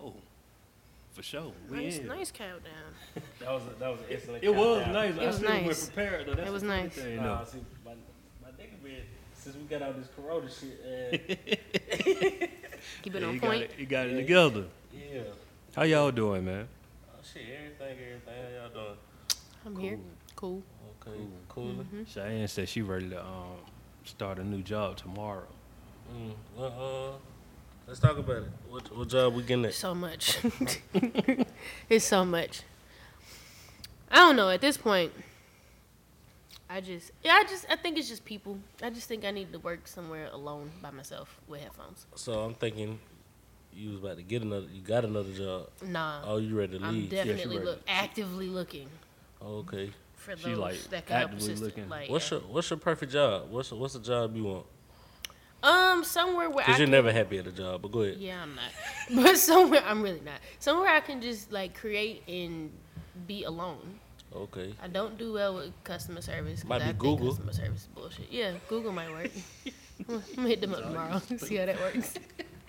Oh, for sure. We Nice, in. nice countdown. That was a, that was an excellent. It was countdown. nice. It I was still went nice. prepared though. That's It was the funny nice. Thing, Nah, though. see, my, my nigga been since we got out this Corona shit. Uh, Keep it Yeah, on you got point. it, you got it Yeah. together. yeah. How y'all doing, man? Oh, shit, everything, everything. How y'all doing? I'm here. Cool. Okay, cool. Mm-hmm. Cheyenne said she ready to um, start a new job tomorrow. Mm, well, uh, let's talk about it. What, what job we getting at? So much. it's so much. I don't know. At this point, I just yeah, I just I think it's just people. I just think I need to work somewhere alone by myself with headphones. So I'm thinking, you was about to get another. You got another job. Nah, Oh, you ready to I'm leave? definitely ready. look actively looking Okay. for She, those like, that can help actively assist. looking. Like What's your What's your perfect job? What's What's the job you want? um somewhere where I Cause you're can- never happy at a job. But go ahead. Yeah, I'm not. But somewhere I'm really not. Somewhere I can just like create and be alone. Okay. I don't do well with customer service. 'cause Might be I think Google. Customer service is bullshit. Yeah, Google might work. I'm gonna hit them up tomorrow. See how that works.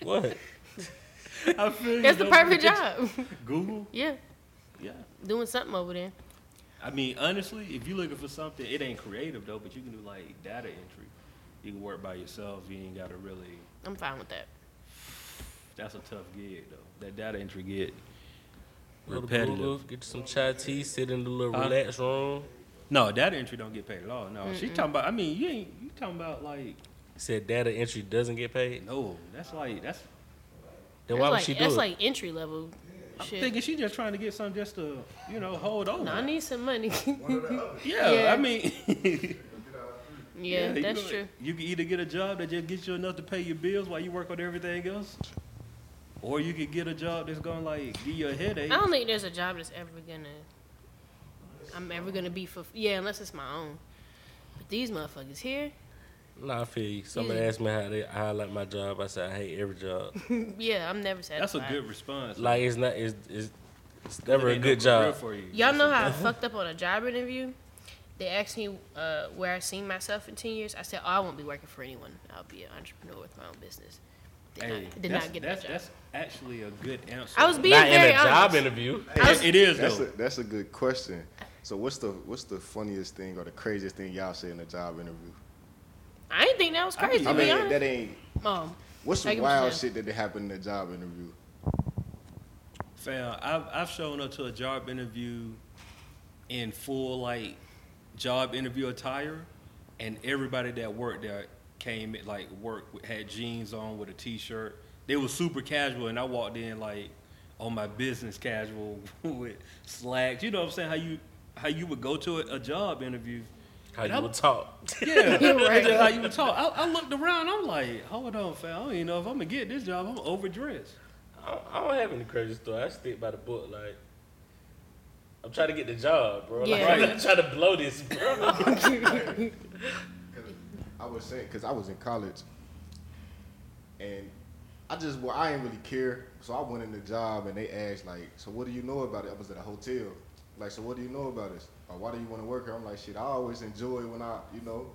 What? I feel you, That's the though. perfect job. Google. Yeah, Yeah. doing something over there. I mean, honestly, if you're looking for something, it ain't creative though, but you can do like data entry. You can work by yourself. You ain't gotta really. I'm fine with that. That's a tough gig though. That data entry gig. Go to Repetitive. Google, get you some chai tea, sit in the little Huh? relaxed room. No, data entry don't get paid at all. No, she talking about. I mean, you ain't. You talking about like Said data entry doesn't get paid. no. That's like that's. Then that's why would like, she do That's it? like entry level I'm shit. thinking she just trying to get something just to you know hold over. No, I need some money. yeah, Yeah. I mean. yeah, yeah, you that's know, true. You can either get a job that just gets you enough to pay your bills while you work on everything else, or you could get a job that's gonna like give you a headache. I don't think there's a job that's ever gonna. I'm ever gonna be for yeah, unless it's my own. But these motherfuckers here, Nah, I feel you. Somebody Yeah. asked me how they how I like my job. I said I hate every job. yeah, I'm never That's satisfied. a good response. like it's not it's it's, it's It never a ain't no good career job. for you. Y'all know how I Uh-huh. fucked up on a job interview. They asked me uh, where I seen myself in ten years. I said, "Oh, I won't be working for anyone. I'll be an entrepreneur with my own business." Did, Hey, not, did that's, not get that's, that job. that's actually a good answer. I was being Not in very a honest. job interview. It- it is That's a, though. that's a good question. So what's the what's the funniest thing or the craziest thing y'all say in a job interview? I didn't think that was I crazy. I to be mean honest. that ain't Mom, I what's some get what you're wild saying. shit that happened in a job interview? Fam, I've I've shown up to a job interview in full like job interview attire, and everybody that worked there came at like work with- had jeans on with a t-shirt. They were super casual, and I walked in like on my business casual with slacks. You know what I'm saying? How you how you would go to a, a job interview? How And you I'm- would talk. Yeah, You're right. That's just how you would talk. I, I looked around. I'm like, hold on, fam. I don't even know if I'm gonna get this job. I'm overdressed. I don't, I don't have any crazy story. I stick by the book. Like I'm trying to get the job, bro. Like, Yeah. I'm not trying to blow this, bro. I was saying because I was in college, and I just well I didn't really care, so I went in the job and they asked like, so what do you know about it? I was at a hotel, like so what do you know about this? Or why do you want to work here? I'm like shit, I always enjoy when I you know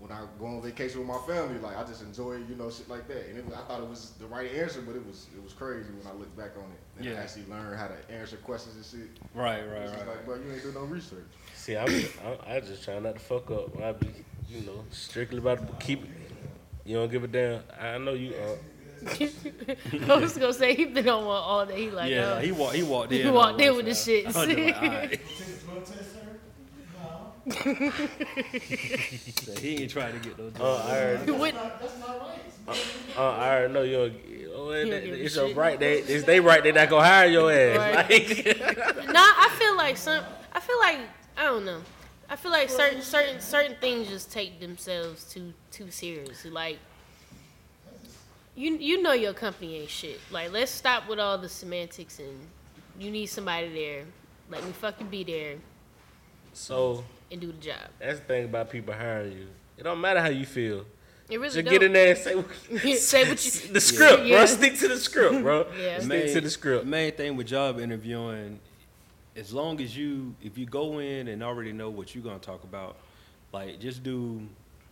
when I go on vacation with my family, like I just enjoy you know shit like that. And it was, I thought it was the right answer, but it was it was crazy when I look back on it and Yeah. I actually learned how to answer questions and shit. Right, It right, was just right. like, bro, you ain't do no research. See, I'm, I'm I just trying not to fuck up. I be, you know, strictly about the, keep. it. You don't give a damn. I know you. Uh, I was gonna say he been on one all day. He like, yeah, oh. he walked. He walked He in. walked all in rough, with the huh? shits. I was just like, all right. So he ain't trying to get those. uh, I already, he wouldn't. uh, I already know you. don't- Oh, don't and give a it's your shit. right. They, it's they right. They not gonna hire your ass. Like, Nah, I feel like some. I feel like I don't know. I feel like certain certain certain things just take themselves too too seriously. Like you you know your company ain't shit. Like let's stop with all the semantics and you need somebody there. Let me fucking be there so and do the job. that's the thing about people hiring you. It don't matter how you feel. It really Just don't. get in there and say, what- Say what you- the script, Yeah. bro. Stick to the script, bro. Yeah. Stick to the script. main thing with job interviewing, as long as you, if you go in and already know what you're gonna talk about, like just do.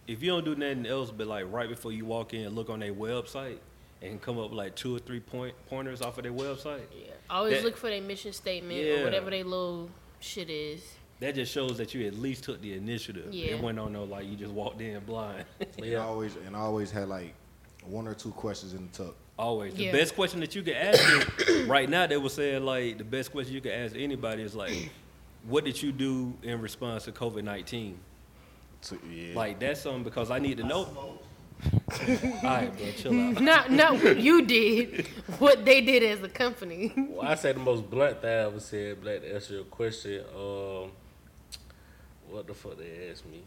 If you don't do nothing else, but like right before you walk in, look on their website and come up with like two or three point pointers off of their website. Yeah. Always That- look for their mission statement Yeah. or whatever their little shit is. That just shows that you at least took the initiative. Yeah. It went on no like you just walked in blind. And I always and I always had like one or two questions in the tuck. Always. The Yeah. best question that you can ask them right now they were saying like the best question you can ask anybody is like, what did you do in response to COVID nineteen? So, yeah. Like that's something because I need to know. All right, bro, chill out. Not not what you did, what they did as a company. Well, I say the most blunt thing I ever said, Black, to answer your question. Um, what the fuck they asked me?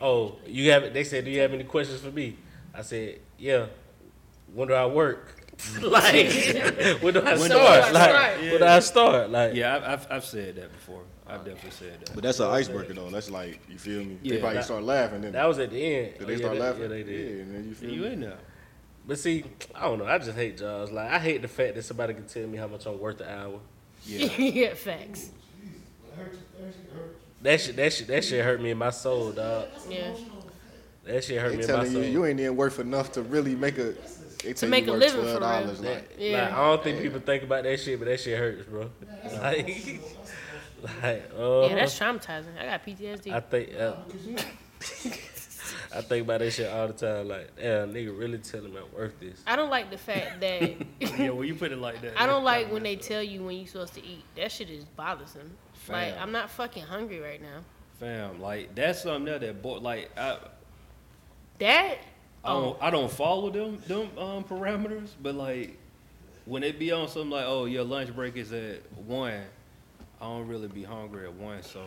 Oh, you have? They said, do you have any questions for me? I said, yeah. When do I work? like, when do I When do start? I like, start? when do I start? Like, Yeah, I've, I've, I've said that before. I've definitely said that. But that's an icebreaker though. That's like you feel me. Yeah, they probably that- start laughing. Then that was at the end. Did Oh, they yeah, start that- laughing. Yeah, they did. and then you feel You me? in there? But see, I don't know. I just hate jobs. Like, I hate the fact that somebody can tell me how much I'm worth an hour. Yeah. yeah, facts. That shit, that shit, that shit hurt me in my soul, dog. Yeah. Uh-huh. That shit hurt They me in my telling soul. you you ain't even worth enough to really make a. They tell make a you worth living for real. $12, That- like, Yeah. Like, I don't think people think about that shit, but that shit hurts, bro. Like, like, uh, Yeah, that's traumatizing. I got PTSD. I think, uh, I think about that shit all the time. Like, damn, nigga, really telling me I'm worth this. I don't like the fact that yeah, well, you put it like that. I don't like when they tell you when you're supposed to eat. That shit is bothersome. Like Fam. I'm not fucking hungry right now. Fam, like, that's something that, that boy, like, I, That I don't, I don't follow them them um, parameters, but like when it be on something like, oh, your lunch break is at one, I don't really be hungry at one, so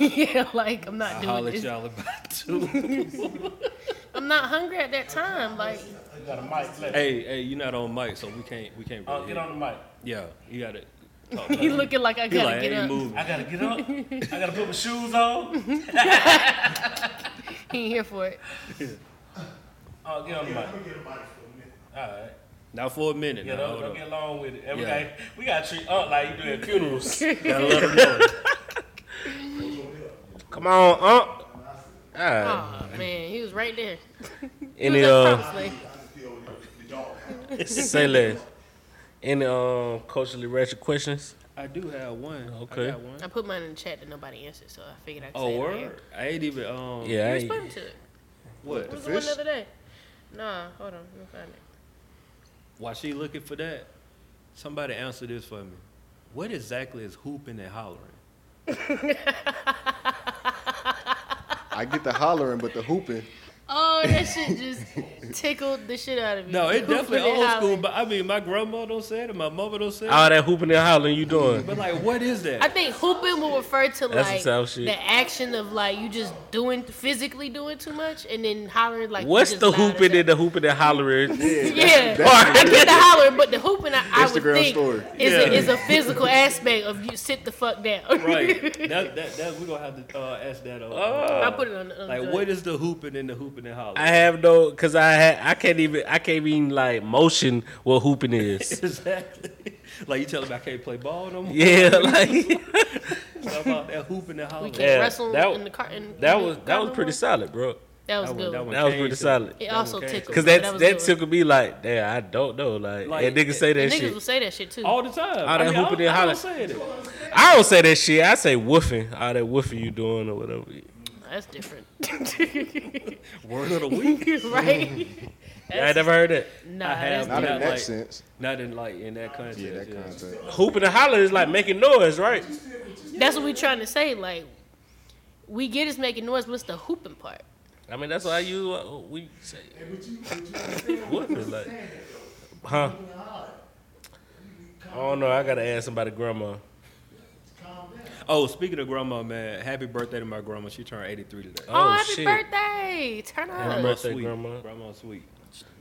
yeah, like I'm I not doing holler at this. y'all about two. I'm not hungry at that time. Like You got a mic left. hey, hey, you're not on mic, so we can't we can't Oh, really. hear. the mic. you. Yeah, you got it. he looking like I He gotta like, get hey, up. move. gotta get up. I gotta put my shoes on. He ain't here for it. Oh, get on the mic. All right. Now for a minute. Yeah, now, don't, hold don't up. get along with it. Every Yeah. day we gotta treat Unc like you do at funerals. Gotta let her know. Come on, Unc. All right. Oh man, he was right there. He Any was at uh, promised land. say less. Any um, culturally ratchet questions? I do have one. Okay. I got one. I put mine in the chat that nobody answered, so I figured I could Oh, say it. word. I ain't even um. Yeah. I I ain't- responded to it. What? It was The the one fish? the other day. Nah, hold on, let me find it. While she looking for that, somebody answer this for me. What exactly is hooping and hollering? I get the hollering, but the hooping. Oh, that shit just tickled the shit out of me. No, it definitely Hooping and old school. hollering. But I mean, my grandma don't say it, and my mother don't say All it. that hooping and hollering you doing? But like, what is I that? think hooping will refer to That's like some shit. the action of like you just doing physically doing too much and then hollering like you What's just the loud as hooping hell. and the hooping and hollering? yeah, that's- I get the hollering, but the hooping I, I would Instagram think story. is, Yeah. a, is a physical aspect of you sit the fuck down. right. That that that we gonna have to uh, ask that. Uh, I put it on. the- on like, the- what is the hooping and the hooping and hollering? I have no, cause I ha- I can't even I can't even like motion what hooping is. exactly. Like you tell them I can't play ball no more. Yeah, like How about that hooping and we hollering? can't Yeah, wrestle that- in the car. In, that in was the that was car pretty no solid, bro. more? That was good. That was changed pretty it. solid. it that also one came tickled. Cause but that's was that good. took me like, damn, I don't know. Like, Like, and niggas say The that niggas will shit. say that shit too. All the time. All that I mean, hooping I, and I hollering. don't say it. I don't say that shit. I say woofing. All that woofing you doing or whatever. That's different, Word of the week. right? I never heard that. Nah, I have that's Not Yeah, in that like- sense. Not in like in that context. Yeah, that yeah. content. Hooping and hollering is like making noise, right? That's what we're trying to say. Like, we get is making noise, but it's the hooping part. I mean, that's what I use. What we say. Woofing, like, huh? I don't know. I gotta ask somebody, grandma. Oh, speaking of grandma, man, happy birthday to my grandma. She turned 83 today. Oh, Oh, happy shit. birthday! Turn up. Happy birthday, sweet. grandma. Grandma's sweet.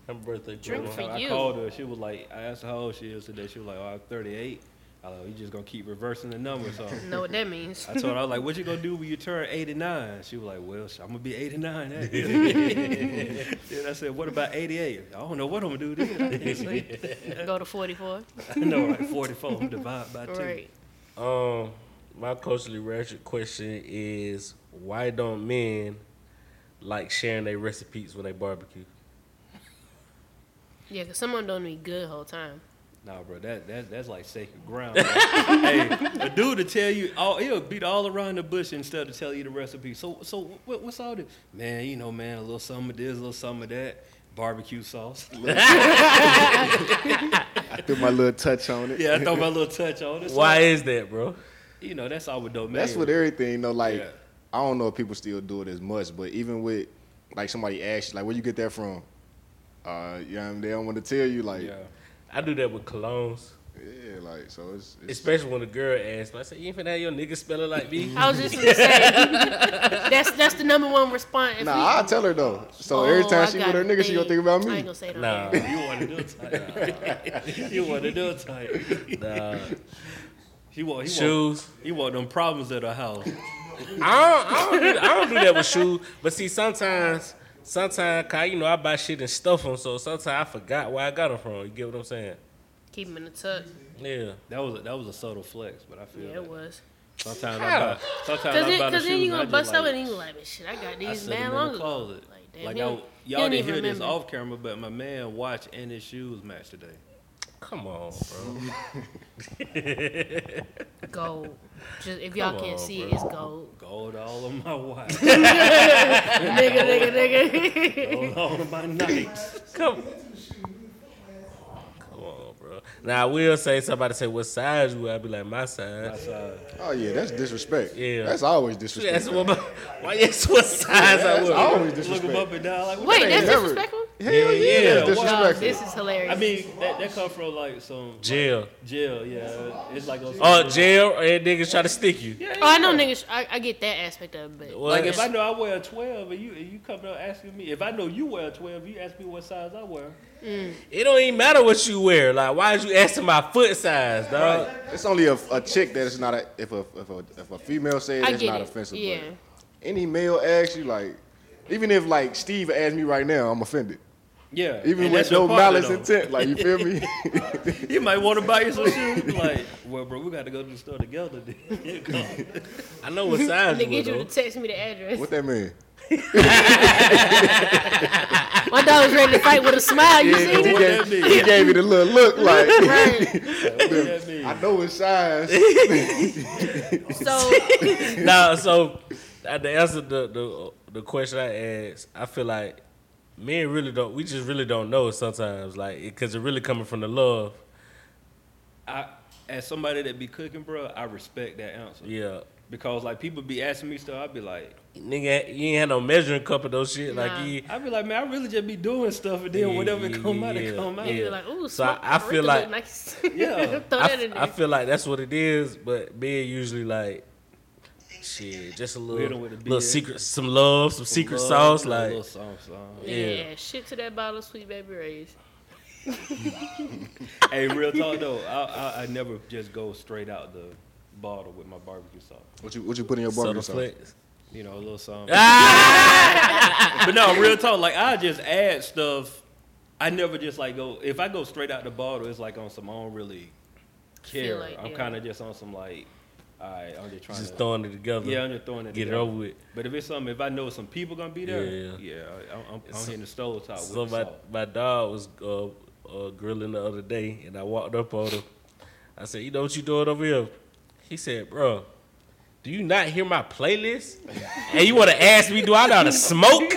Happy birthday, Drink grandma. for I you. called her. She was like, I asked her how old she is today. She was like, oh, I'm 38. I was like, you just gonna keep reversing the number. So Know what that means? I told her, I was like, what you gonna do when you turn 89? She was like, well, sh- I'm gonna be 89. that year." then I said, what about 88? I don't know what I'm gonna do then. I didn't say that. Go to 44. I know, like 44. I'm divide by two. Right. Um, my culturally ratchet question is why don't men like sharing their recipes when they barbecue. Yeah, cause someone don't eat good whole time. Nah, bro, that, that that's like sacred ground. bro. hey, a dude to tell you all he'll beat all around the bush instead of tell you the recipe. So so what, what's all this? Man, you know, man, a little some of this, a little some of that, barbecue sauce. I threw my little touch on it. yeah, I throw my little touch on it. So, Why is that, bro? You know, that's our domain. That's what everything though. Like Yeah. I don't know if people still do it as much, but even with like somebody asks, you, like where you get that from? Uh, you know, what I mean? they don't want to tell you, like, Yeah. yeah, I do that with colognes, like so it's, it's especially when a girl asks. me, I say, "You ain't finna have your nigga spelling like me." I was just gonna say that's that's the number one response. If Nah, we- I'll tell her though. So every Oh, time I she got with her a nigga, she gonna think about I me. ain't gonna say it on Nah, air. You want to do tight. you want to do tight. nah. He want he want, Shoes. he want them problems at the house. I don't, I, don't do, I don't do that with shoes. But see, sometimes, sometimes, 'cause, you know, I buy shit and stuff them. So sometimes I forgot where I got them from. You get what I'm saying? Keep him in the tuck. Yeah. That was a, that was a subtle flex, but I feel Yeah, it that. was. sometimes I buy, sometimes Cause, I it, buy the cause then you shoes. gonna and I bust just out like, and you like, but shit, I got I these set them man in long the ago. closet. Like, damn, Like, I, he don't- he y'all don't didn't even hear this remember. off camera, but my man watched and his shoes match today. Come on, bro. Gold. Just if y'all Come can't on, see it, bro. it's gold. Gold all on my watch. nigga, nigga, nigga. gold all on my nights. Come. Come on, bro. Now I will say somebody say what size you. I be like my size. uh, Oh yeah, that's disrespect. Yeah. that's always You disrespect. ask what my, why you ask what size I That's was. always Look him disrespect. up and down. Like, what? Wait, that's never- disrespectful. Hell yeah, Yeah, yeah. Wow, No, that's disrespectful. this is hilarious. I mean, that, that come from like some Jail. jail. Yeah, it's like a, Oh, jail. Or that nigga try to stick you. Yeah, oh, I know niggas. I, I get that aspect of it, but What? Like if I know I wear a twelve and you and you coming up asking me if I know you wear a twelve, you ask me what size I wear. It don't even matter what you wear. Like why is you asking my foot size, dog? It's only a, a chick that is not a if a if a, if a female says I it's get not it. offensive. Yeah. But any male asks you like, even if like Steve asked me right now, I'm offended. Yeah, Even and with that's your no partner, malice though. intent, like you feel me? You might want to buy you some shoes. Like, well, bro, we got to go to the store together. then. Come. I know what size They you were get you to though. text me the address. what that mean? My dog was ready to fight with a smile. You see what he, that? gave, that mean? he gave me the little look like Right. what that mean? I know his size. So nah, so uh, to answer the, the the question I asked, I feel like men really don't. We just really don't know sometimes, like because it really coming from the love. I, as somebody that be cooking, bro, I respect that answer Yeah, because like people be asking me stuff. I be like, nigga, you ain't had no measuring cup of those shit. Nah. Like you, I be like, man, I really just be doing stuff, and then Yeah, whatever yeah, come out, yeah, it come out. you yeah. be like, ooh, So smoke I- I feel paprika like- look nice. Yeah. Throw I, that in f- there. I feel like that's what it is. But men usually like. Shit, just a little, Riddle with a little beard. secret, some love, some secret Love, sauce, a like little sauce, sauce. yeah. yeah. shit to that bottle of sweet baby rays. hey, real talk though, I, I, I never just go straight out the bottle with my barbecue sauce. What you what you put in your subtle barbecue sauce? flex. You know, a little something. Ah, But no, real talk. Like I just add stuff. I never just like go. If I go straight out the bottle, it's like on some. I don't really care. Feel like, I'm yeah. kind of just on some like. All right, I'm just trying just to. throwing it together. Yeah, I'm just throwing it. get it together. over with. But if it's something, if I know some people gonna be there, Yeah. yeah, I, I'm, I'm, I'm So- hitting the stove top So with the my, salt. my dog was uh, uh, grilling the other day, and I walked up on him. I said, "You know what you doing over here?" He said, "Bro, do you not hear my playlist? and you want to ask me, do I know how to smoke?"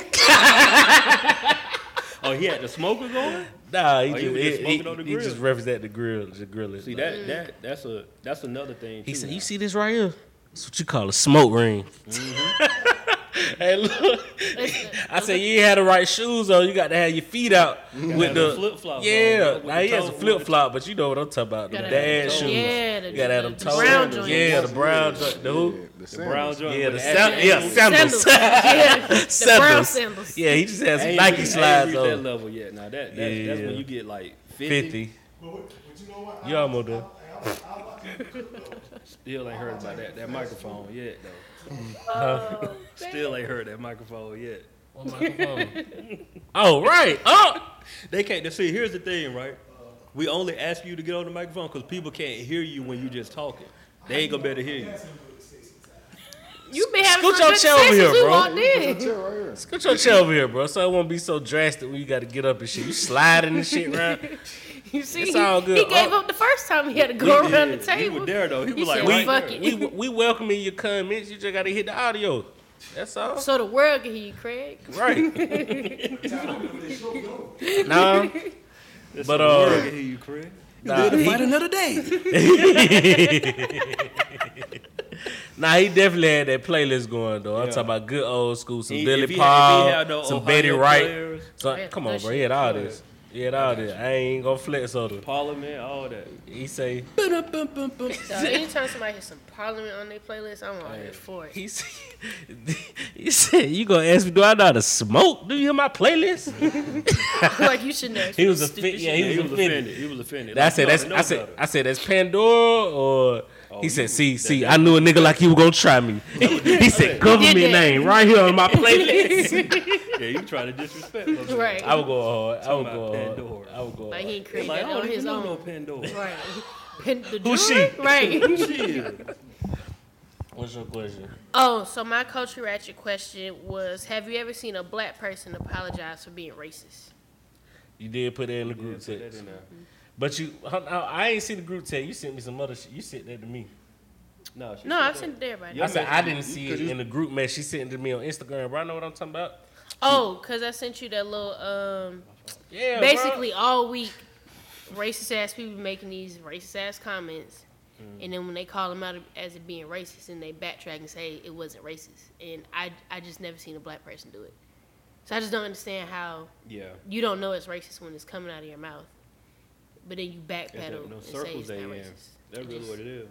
Oh, he had the smoker going. nah, he, Oh, just, you was he, just he, smoking on the he grill. just referenced that the grill, the grilling. See Like, that Mm-hmm. that that's a that's another thing. He too, said, now. "You see this right here? That's what you call a smoke ring." Mm-hmm. hey, look. I said, "You ain't had the right shoes on. You got to have your feet out with have the the flip-flops on, Yeah, with now the he has a toe- flip flop, but you know what I'm talking about? The Gotta have dad the toe. shoes. Yeah, the- you gotta have them the toes. brown joints. Yeah, the brown joint. The Yeah, who? the the brown sandals. joint. Yeah, with the the sandals. Yeah, actual- sandals. yeah, the brown sandals. Yeah, he just had I some ain't Nike reached- slides I ain't reached that on. level yet. Now that that's, that's when Yeah. you get like 50, Fifty. But, what- but you know what? You almost done. Still ain't heard about that that microphone yet though. Oh, Still ain't heard that microphone yet. Oh right. Oh. They can't. they- See, here's the thing, right? We only ask you to get on the microphone because people can't hear you when you just talking. They ain't gonna be able to hear you. You've been having Scoot some your good chair over sex here, since we bro. walked Put in. your chair right here. Scoot your chair over here, bro, so it won't be so drastic when you got to get up and shit. You sliding and shit around. You see, It's all good. he gave Oh. up the first time he had to go He around the did. He table. was there though. He You was like, said right fuck there. it. We we welcoming your comments. You just got to hit the audio. That's all. So the world can hear you, Craig. Right. no. That's the But, uh, word I hear you, Craig. Nah, he, another day. nah, he definitely had that playlist going though. I'm Yeah. talking about good old school, some He- if Billy he had- if he had Paul, the some Ohio Betty Wright. players, So, Yeah, come on, that bro. shit. He had all this. He had all this. I ain't gonna flex on him. Parliament, all that. He say So anytime somebody has some Parliament on their playlist, I'm all here for it. he said, he said you gonna ask me do I know how to smoke? Do you hear my playlist? like you shouldn't. ask He me was stupid offended. Yeah, shit. he was offended. He was offended. I Like, said no, that's no I said better. Oh, I said that's Pandora or he you- said see that- see I knew a nigga like you were gonna try me. he said government Did that. name right here on my playlist. yeah, you trying to disrespect us. Right. I would go hard. I would Talking go about hard. Pandora. I would go like he hard. ain't created Like, I that don't on even his know own. no Pandora. Right. Pin- the Who's she? jewelry? Right. Shit. What's your question? oh, so my culture ratchet question was: Have you ever seen a black person apologize for being racist? You did put that in the group Put that text, in there. but you I, I- I ain't see the group text. You sent me some other shit. You sent that to me. No, she No, said I've that. sent it to everybody. Yeah. I said I didn't you- see you- it in the group message. She sent it to me on Instagram. Bro, I know what I'm talking about. Oh, because I sent you that little um, Yeah, bro. basically all week, racist ass people making these racist ass comments, and then when they call them out as it being racist, and they backtrack and say it wasn't racist, and I I just never seen a black person do it, so I just don't understand how Yeah. you don't know it's racist when it's coming out of your mouth, but then you That's backpedal the- and those say circles it's not they in. racist. That's It really just- what it is.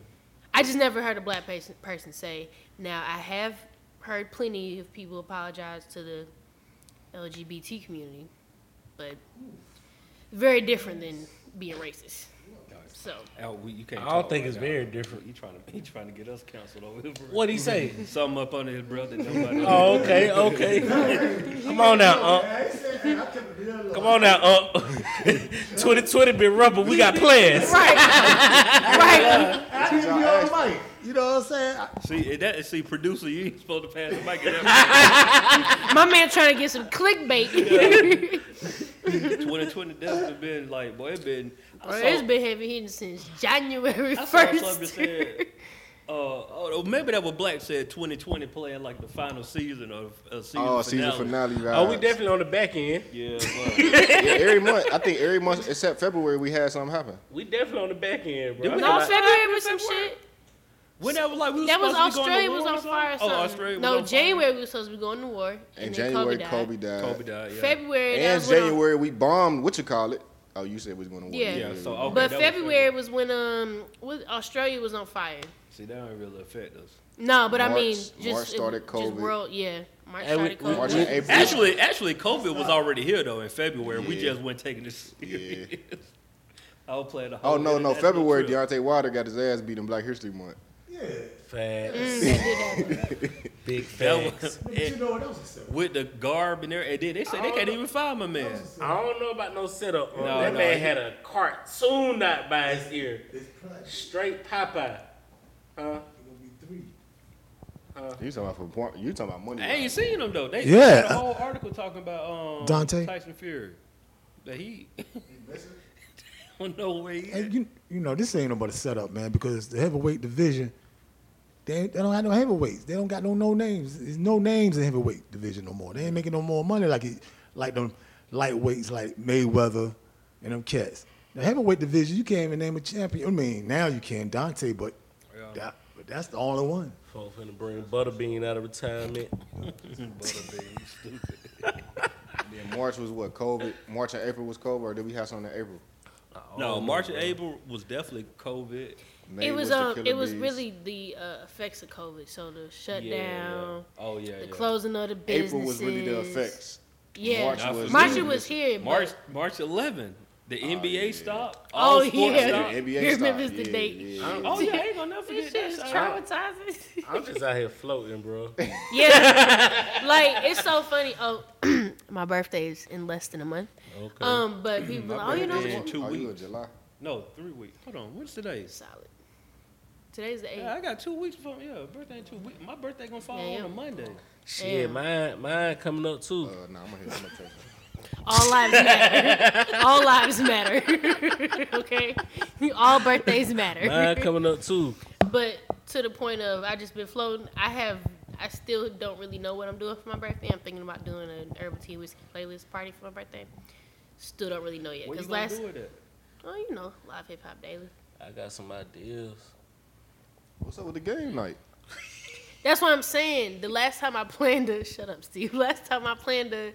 I just never heard a black person, person say. Now I have heard plenty of people apologize to the LGBT community, but very different than being racist. So Out, we, you can't I talk don't think right it's now. very different. He trying to he trying to get us canceled over. here, bro. What'd he say? Something up under his breath that nobody. Oh, okay, okay. Come on now, Unc. Come on now, Unc. 2020 been rough, but we got plans. That's what y'all asked for. You know what I'm saying? I- See that see producer, you ain't supposed to pass the mic at that. my man trying to get some clickbait. Twenty twenty deaths have been like boy, it been. I Bro, saw- it's been heavy hitting since January I saw something first. said, uh, oh, maybe that was Black said 2020 playing like the final season of a season Oh, finale. season finale. vibes. Oh, we definitely on the back end. Yeah, but Yeah, every month. I think every month except February we had something happen. We definitely on the back end, bro. Did we- no, February was some shit. when that was like we was That was supposed to be going Australia to was war on or fire. Or something? something. Oh, Australia. no, was on fire. January we was supposed to be going to war, and, In then January, died. Kobe died. Kobe died. Yeah. February that And was when- January we bombed. What you call it? Oh, you said we was going to war. Yeah. Yeah, so okay, But that was February was when um was, Australia was on fire. See, that don't really affect us. No, but I mean March- just March started it, COVID. Just world, yeah. March And we- started we- COVID. March and April. oh, Actually, actually, COVID was already here though in February. We Yeah. just weren't taking this serious. I was playing the whole. Oh no, no international February. trip. Deontay Wilder got his ass beat in Black History Month. Facts. Mm, that did happen. Big That facts. was, But you and know what else is said? with the garb and everything, and then they said they can't even find my man. I don't know about no setup. bro. No, that no, man he- had a cartoon knot by his ear. Straight Popeye. Huh? You talking about for point? You talking about money? I ain't seen him though. They Yeah. had a whole article talking about um, Dante? Tyson Fury. That he don't know where he And at. you, you know, this ain't no but a setup, man, because the heavyweight division, they, ain't- they don't have no heavyweights. They don't got no no names. There's no names in heavyweight division no more. They ain't making no more money like it, like them lightweights like Mayweather and them cats. The heavyweight division, you can't even name a champion. I mean, now you can Dante, but that, but that's the only one. Folk finna bring Butterbean out of retirement. Then March was what COVID. March and April was COVID, or did we have something in April? No, March and April was definitely COVID. May it was the um Killer it was Bees. really the uh, effects of COVID. So the shutdown, Oh yeah. the yeah. closing of the businesses. April was really the effects. Yeah. March Not was for March me. it was here. March March March. 11. The NBA stopped. Oh All sports yeah. stopped. NBA you stopped. remember the Yeah, date? yeah, yeah. Oh yeah, I ain't gonna never This forget uh, shit is that. shit. traumatizing. I'm just out here floating, bro. Yeah. like it's so funny. Oh, my birthday is in less than a month. Okay. Um, but people, My like, oh, you know, birthday in was- two oh, you weeks. in July. No, three weeks. Hold on, what's today? solid. Today's the Yeah, I eighth. got two weeks from yeah. Birthday in two weeks. My birthday gonna fall Yeah. on a Monday. Shit, Damn. mine, mine coming up too. Uh, nah, I'm gonna, hit, I'm gonna text her. All lives matter. All lives matter. okay? All birthdays matter. Mine coming up too. But to the point of I just been floating. I have I still don't really know what I'm doing for my birthday. I'm thinking about doing an herbal tea whiskey playlist party for my birthday. Still don't really know yet. What you Cause gonna last do with it? oh you know live hip hop daily. I got some ideas. What's up with the game night? That's what I'm saying. The last time I planned to shut up, Steve. Last time I planned to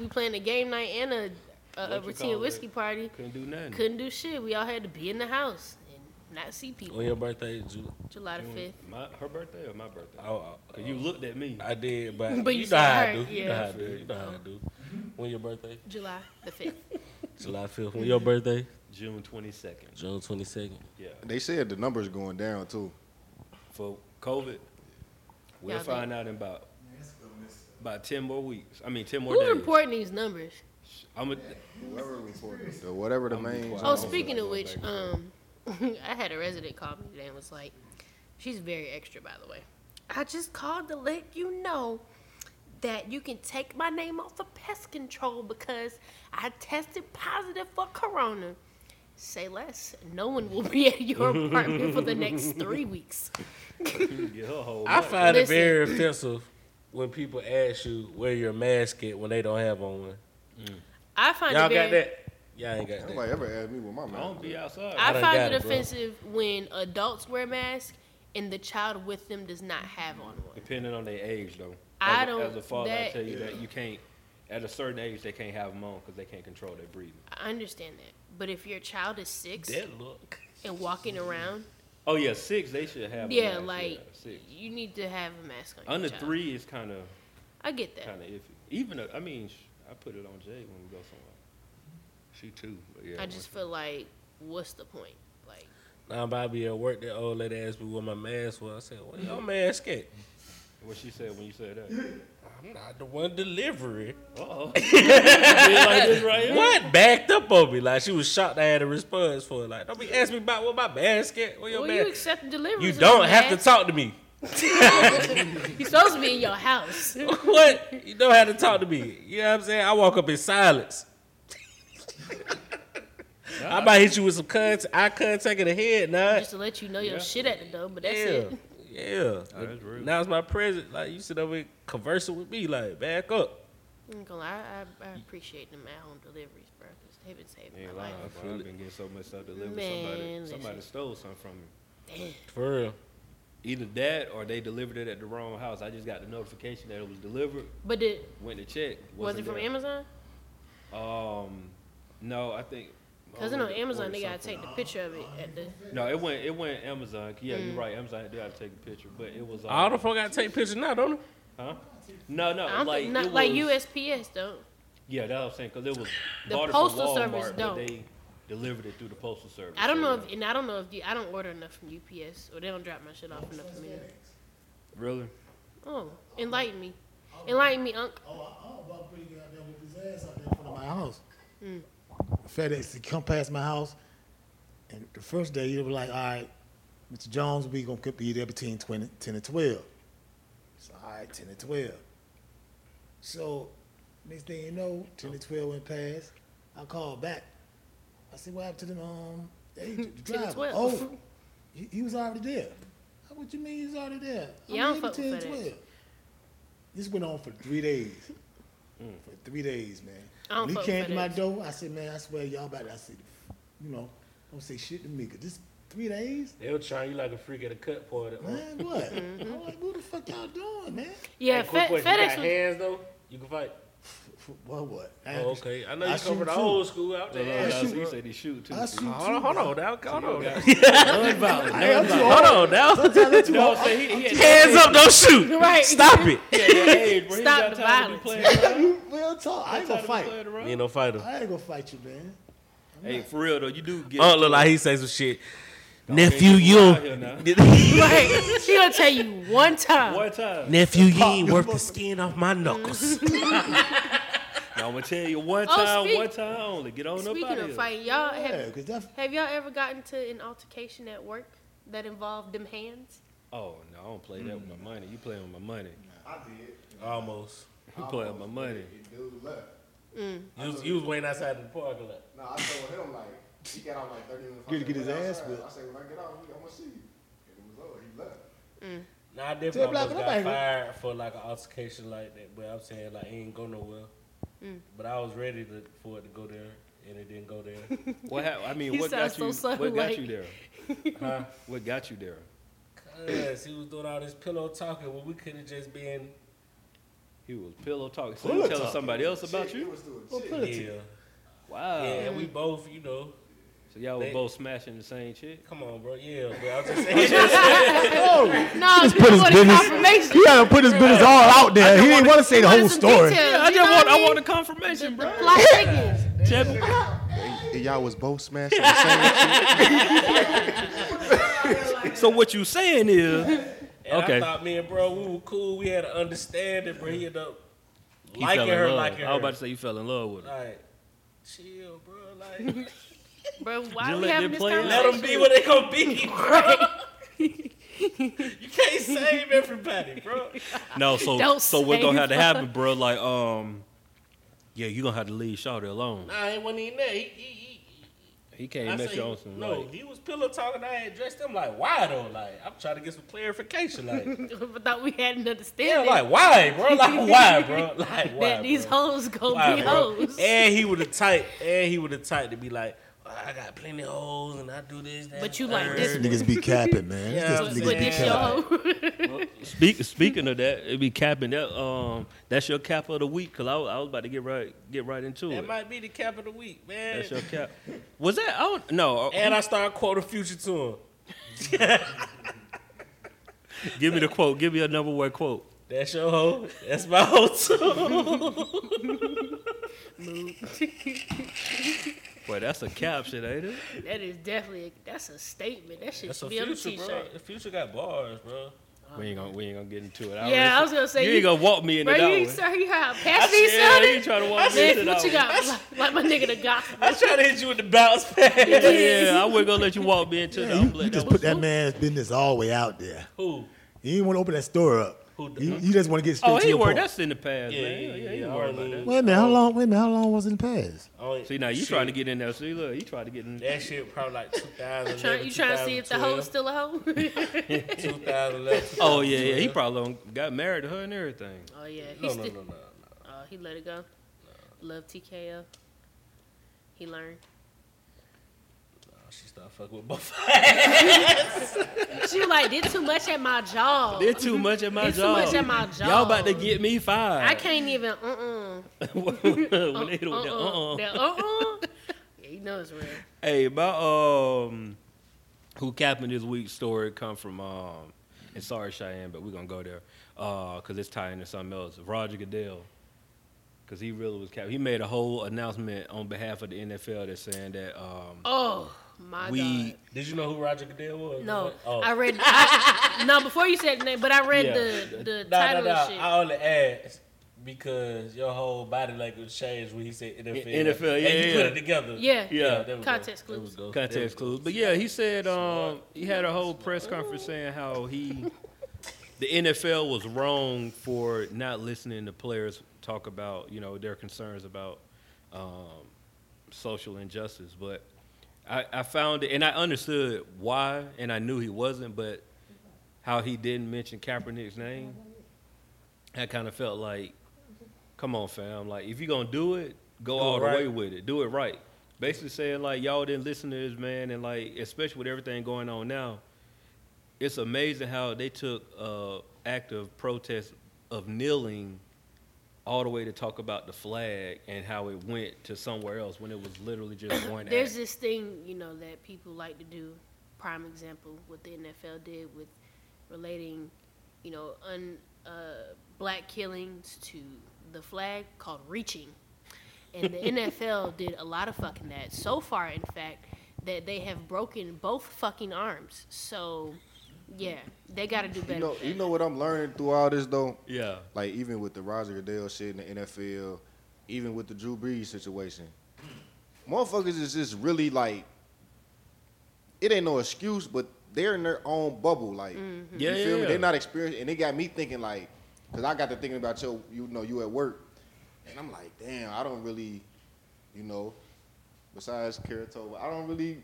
we planned a game night and a a, a What you routine call whiskey party. Couldn't do nothing. Couldn't do shit. We all had to be in the house and not see people. On your birthday, Ju- July the fifth. My her birthday or my birthday? Oh, I, I, 'Cause you looked at me. I did, but, But you, you know how I said do. her, You know yeah. how I do. You know how I do. Mm-hmm. When your birthday? July the fifth. July fifth. When your birthday? June twenty second. June twenty second. Yeah. They said the numbers going down too. For COVID, we'll Y'all find out in about about ten more weeks. I mean, ten more Who's days. reporting these numbers? I'm a, Whoever reported, the, whatever the main. Oh, speaking of which, um, I had a resident call me today and was like, "She's very extra, by the way." I just called to let you know that you can take my name off of pest control because I tested positive for corona. Say less. No one will be at your apartment for the next three weeks. yeah, her whole I month. find Listen. it very offensive when people ask you where your mask at when they don't have on one. I find Y'all it very, got that? Y'all ain't got that. Nobody ever asked me with my I don't mouth. be outside. I, I done find got it it, bro. offensive when adults wear masks and the child with them does not have on one. Depending on their age, though. as, I a- don't- As a father, I that- tell you that you can't. At a certain age, they can't have them on because they can't control their breathing. I understand that. But if your child is six That look. and walking around, Oh yeah, six. They should have. a yeah, mask, like six. you need to have a mask on. Under your child. three is kind of I get that. kind of iffy. Even a, I mean, sh- I put it on Jay when we go somewhere. She too. But yeah, I when just she- feel like, what's the point? Like, Now I'm about to be at work. That old lady asked me where my mask was. I said, "Where your mask at?" what she said when you said that. I'm not the one delivering. Oh, like this right here. What backed up on me? Like she was shocked. I had a response for it. Like don't be asking me about what my basket. Where your well, you basket? accept delivery. You, don't have to talk to me. You're supposed to be in your house. what? You don't have to talk to me. You know what I'm saying? I walk up in silence. I might hit you with some cuts, eye contact in the head, nah. just to let you know your Yeah. shit at the door, but Yeah, that's it. yeah. Oh, that's rude. now it's my present. Like you sit over here conversing with me, like back up. I'm gonna lie, I, I, I appreciate them at home deliveries, bro. 'cause They've been saving Ain't my life. lying, bro. I've been getting so much stuff delivered. Man, somebody, listen. somebody stole something from me. For real. Either that or they delivered it at the wrong house. I just got the notification that it was delivered. But did, Went to check. was it from there. Amazon? Um, no, I think. Because I on ordered- Amazon, ordered they gotta something. take the picture of it at the. No, it went. It went Amazon. Yeah, Mm. you're right. Amazon they gotta take a picture, but it was. All Um, the fuck gotta take pictures now, don't it? huh? No, no. I don't Oh, like think, not it like was- USPS though. Yeah, that's what I'm saying. Cause it was The bought it postal from Walmart, service but don't. They delivered it through the postal service. I don't so, know yeah. if, and I don't know if the, I don't order enough from UPS or they don't drop my shit off enough for me. Really? Oh, enlighten me, enlighten me, Unc. Oh, I, I'm about to bring you out there with his ass out there in front of my my. house. Mm. FedEx to come past my house, and the first day you'll be like, all right, Mr. Jones, we gonna be there between 20, 10 and twelve. So all right, ten and twelve. So next thing you know, ten and twelve went past. I called back. I said, what happened to them? Um, they, the 10 and driver. 12. Oh, he, he was already there. I, what you mean he was already there? Yeah, I don't here fuck between with 10 and FedEx. 12. This went on for three days. For three days, man. I don't When he fuck came with to my FedEx. door, I said, man, I swear y'all about to, I said, you know, don't say shit to me, cause this three days? They were trying you like a freak at a cut party. Man, what? I'm like, what the fuck y'all doing, man? Yeah, Fe- FedEx. Was, hands though. You can fight. Well, what? I- Oh, okay. I know I you come shoot from the too. old school out there. Yeah, you said he shoot too. I shoot too. Hold on, hold on, now, hold on, now. Gun violence. Hey, I'm too old. hold on, now. Sometimes I'm too No, old. I'm saying Oh, he, he had Hands up, don't shoot. Right. Stop it. He had that age, bro. He Stop got the time to be violence. playing around. You real talk. I ain't Time to gonna be fight. playing around. You ain't no fighter. I ain't gonna fight you, man. Hey, for real though, you do get. Uncle look like he say some shit. Nephew, Uh, Nephew, you you out here now. right, she gonna tell you one time. One time. Nephew, you ain't worth the skin off my knuckles. Now, I'm gonna tell you one Oh, time, speak- one time only. Get on up Speaking out of here. fighting, y'all Yeah, have cause that's have y'all ever gotten to an altercation at work? that involved them hands? Oh no, I don't play that with my money. You play with my money. I did. Almost. You play with my money. Dude left. You was, you was waiting outside the parking lot. No, I told him like he got out like thirty minutes. I Good to said, get his "Wait ass outside." I whipped. said, when I get out, I'm gonna see you. And it was over. He left. Nah, I Tell definitely Black almost got Black Black. fired for like an altercation like that, but I'm saying like it ain't go nowhere. But I was ready to, for it to go there, and it didn't go there. What hap- I mean, You what sound got so you? subtle, what got like- you there? huh? What got you there? Cause he was doing all this pillow talking when we could have just been He was pillow talking. So you Pillow telling talking. somebody else about Shit, It you? was to a Well, chick. put yeah, it to- Wow. yeah, and we both you know. So y'all were They- both smashing the same chick. Come on, bro. Yeah, but I'm just saying. Oh, No, just put his for the business- confirmation. he gotta put his business all out there. He didn't want to say the wanted whole some story. details, I you just know want. what I want a mean? confirmation, bro. The plot thickens. y'all was both smashing the same. So what you saying is, And Okay. I thought me and bro, we were cool. We had an understanding, but he ended up he liking fell in her, love. liking her. I was about to say you fell in love with her. like, chill, bro. Like, Bro, why Just are we let having them this play it out. conversation? let them be what they gonna be, bro. you can't save everybody, bro. No, so Don't so what's say gonna have to that. happen, bro? Like, um, yeah, you gonna have to leave Shawty alone. Nah, it wasn't even that. He, he, He he, can't I mess say, you on some. no, like- he was pillow talking. I had dressed him like, why though? Like, I'm trying to get some clarification. Like, I thought we had an yeah, understanding like why, bro? Like, why, bro? Like, why? that these bro? hoes gonna Why, be bro? hoes. And he would have type. And he would have type to be like, "Oh, I got plenty of hoes and I do this. That, But you and like third." this These Niggas be capping, man. These Yeah, niggas but- be But this your capping. hoe. Speak, speaking of that, it be capping that. Um, that's your cap of the week. Cause I, was- I was about to get right get right into That it. might be the cap of the week, man. That's your cap. Was that? I don't, no. uh, and I start quoting Future to him. give me the quote. Give me a number one quote. That's your hoe. That's my hoe too. Well, that's a caption, ain't it? That is definitely that's a statement. That shit That's should a be on a future, bro. t-shirt. The future got bars, bro. We ain't gonna we ain't gonna get into it. Yeah, I already- was gonna say you ain't gonna walk me into Bro, that you one. sir, you heard how I passionate he said, yeah, Yeah, sounded? you trying to walk me into Man, that what you one. got? Like, like my nigga the gospel. I try to hit you with the bounce pass. Yeah, I wasn't gonna let you walk me into that. Yeah, I'm you, gonna you let just that one put that slip. man's business all the way out there. Who? You didn't want to open that store up. Who the- You, you just want to get straight Oh, to he your worried. point. That's Oh. in the past, Yeah, man. yeah, Yeah, yeah, he yeah, worried I about that. don't Wait a minute, how long? Wait a minute, how long was it in the past? I don't- See now you shit, trying to get in there. See, look, you trying to get in. there. that shit probably like 2000. Trying, you trying to see if the hoe's still a hoe? 2011. Oh yeah, yeah. He probably done got married to her and everything. oh yeah, he No, no, still. no, no. no. Oh, he let it go. Love TKO. He learned. Oh, She started fucking with both. She was like did too much at my job. Did too much at my Did Oh, mm-hmm. job. too much at my job. Y'all about to get me fired. I can't even. Uh uh-uh, when they hit it uh. with the Uh uh-uh. uh. Uh uh. Yeah, you know it's real. Hey, my um, who capping this week's story come from um, and sorry Cheyenne, but we're gonna go there uh, cause it's tying to something else. Roger Goodell, cause he really was cap. He made a whole announcement on behalf of the NFL that's saying that um, Oh my we god. Did you know who Roger Goodell was? No, Oh. I read. I, no, before you said the name, but I read Yeah. the the No, no, title no. and shit. I only asked because your whole body language changed when he said NFL. NFL, and yeah, you yeah. put it together. Yeah. Yeah. there we go. Context There we clues. go. There we Context go. clues. But yeah, he said um, he had a whole press conference saying how he, the NFL was wrong for not listening to players talk about you know their concerns about um, social injustice. But I, I found it, and I understood why, and I knew he wasn't, but how he didn't mention Kaepernick's name, I kind of felt like, come on, fam, like if you're gonna do it, go Do it all the right. way with it, do it right. Basically saying like y'all didn't listen to this man, and like especially with everything going on now, it's amazing how they took uh, act of protest of kneeling all the way to talk about the flag and how it went to somewhere else when it was literally just one There's act. this thing, you know, that people like to do. Prime example, what the NFL did with relating, you know, un, uh, black killings to the flag called reaching. And the NFL did a lot of fucking that. So far, in fact, that they have broken both fucking arms. So, yeah, they got to do better. You know, you know what I'm learning through all this though. yeah. Like even with the Roger Goodell shit in the NFL, even with the Drew Brees situation, motherfuckers is just really like, it ain't no excuse, but they're in their own bubble. Like, Yeah, you feel yeah, me? yeah. They're not experienced, and it got me thinking like, because I got to thinking about your, you know, you at work, and I'm like, damn, I don't really, you know, besides Caratova, I don't really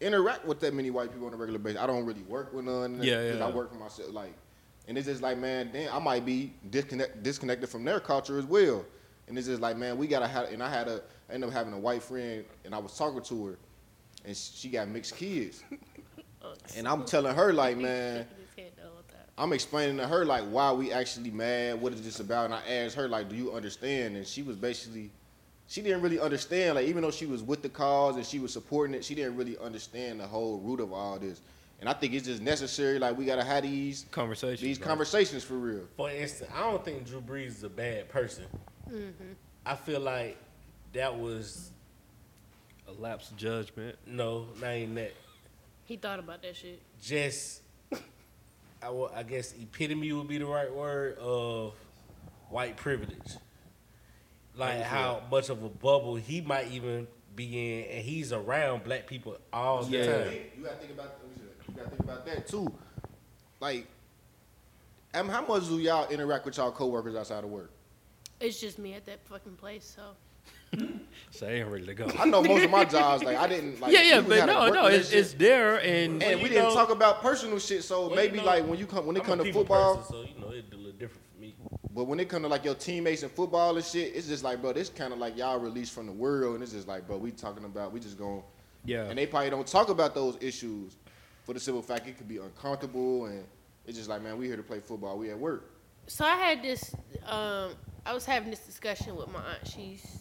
interact with that many white people on a regular basis. I don't really work with none. Yeah, yeah, I yeah. work for myself, like, and it's just like, man, damn, I might be disconnect disconnected from their culture as well. And it's just like, man, we gotta have. And I had a, I ended up having a white friend, and I was talking to her, and she got mixed kids, and I'm telling her like, man. I'm explaining to her like why we actually mad, what is this about, and I asked her like, "Do you understand?" And she was basically, she didn't really understand. Like even though she was with the cause and she was supporting it, she didn't really understand the whole root of all this. And I think it's just necessary. Like we gotta have these Conversations, these bro. conversations for real. For instance, I don't think Drew Brees is a bad person. Mm-hmm. I feel like that was A lapse of judgment. no, not even that. He thought about that shit. Just, I wa- I guess epitome would be the right word of white privilege. Like how much of a bubble he might even be in, and he's around black people all the Yeah. time. You gotta think about you gotta think about that too. Like, um, how much do y'all interact with y'all coworkers outside of work? It's just me at that fucking place, so. So they ain't ready to go. I know most of my jobs, like I didn't like. yeah, yeah, we had but a no, work no, it's, relationship. it's there, and And Well, we you didn't know- talk about personal shit, so Well, maybe you know, like when you come when it I'm come a to people football, person, so you know it's a little different for me. but when it come to like your teammates and football and shit, it's just like bro, this kind of like y'all released from the world, and it's just like bro, we talking about we just going, yeah, and they probably don't talk about those issues for the simple fact it could be uncomfortable, and it's just like man, we here to play football, we at work. So I had this. Um, I was having this discussion with my aunt. She's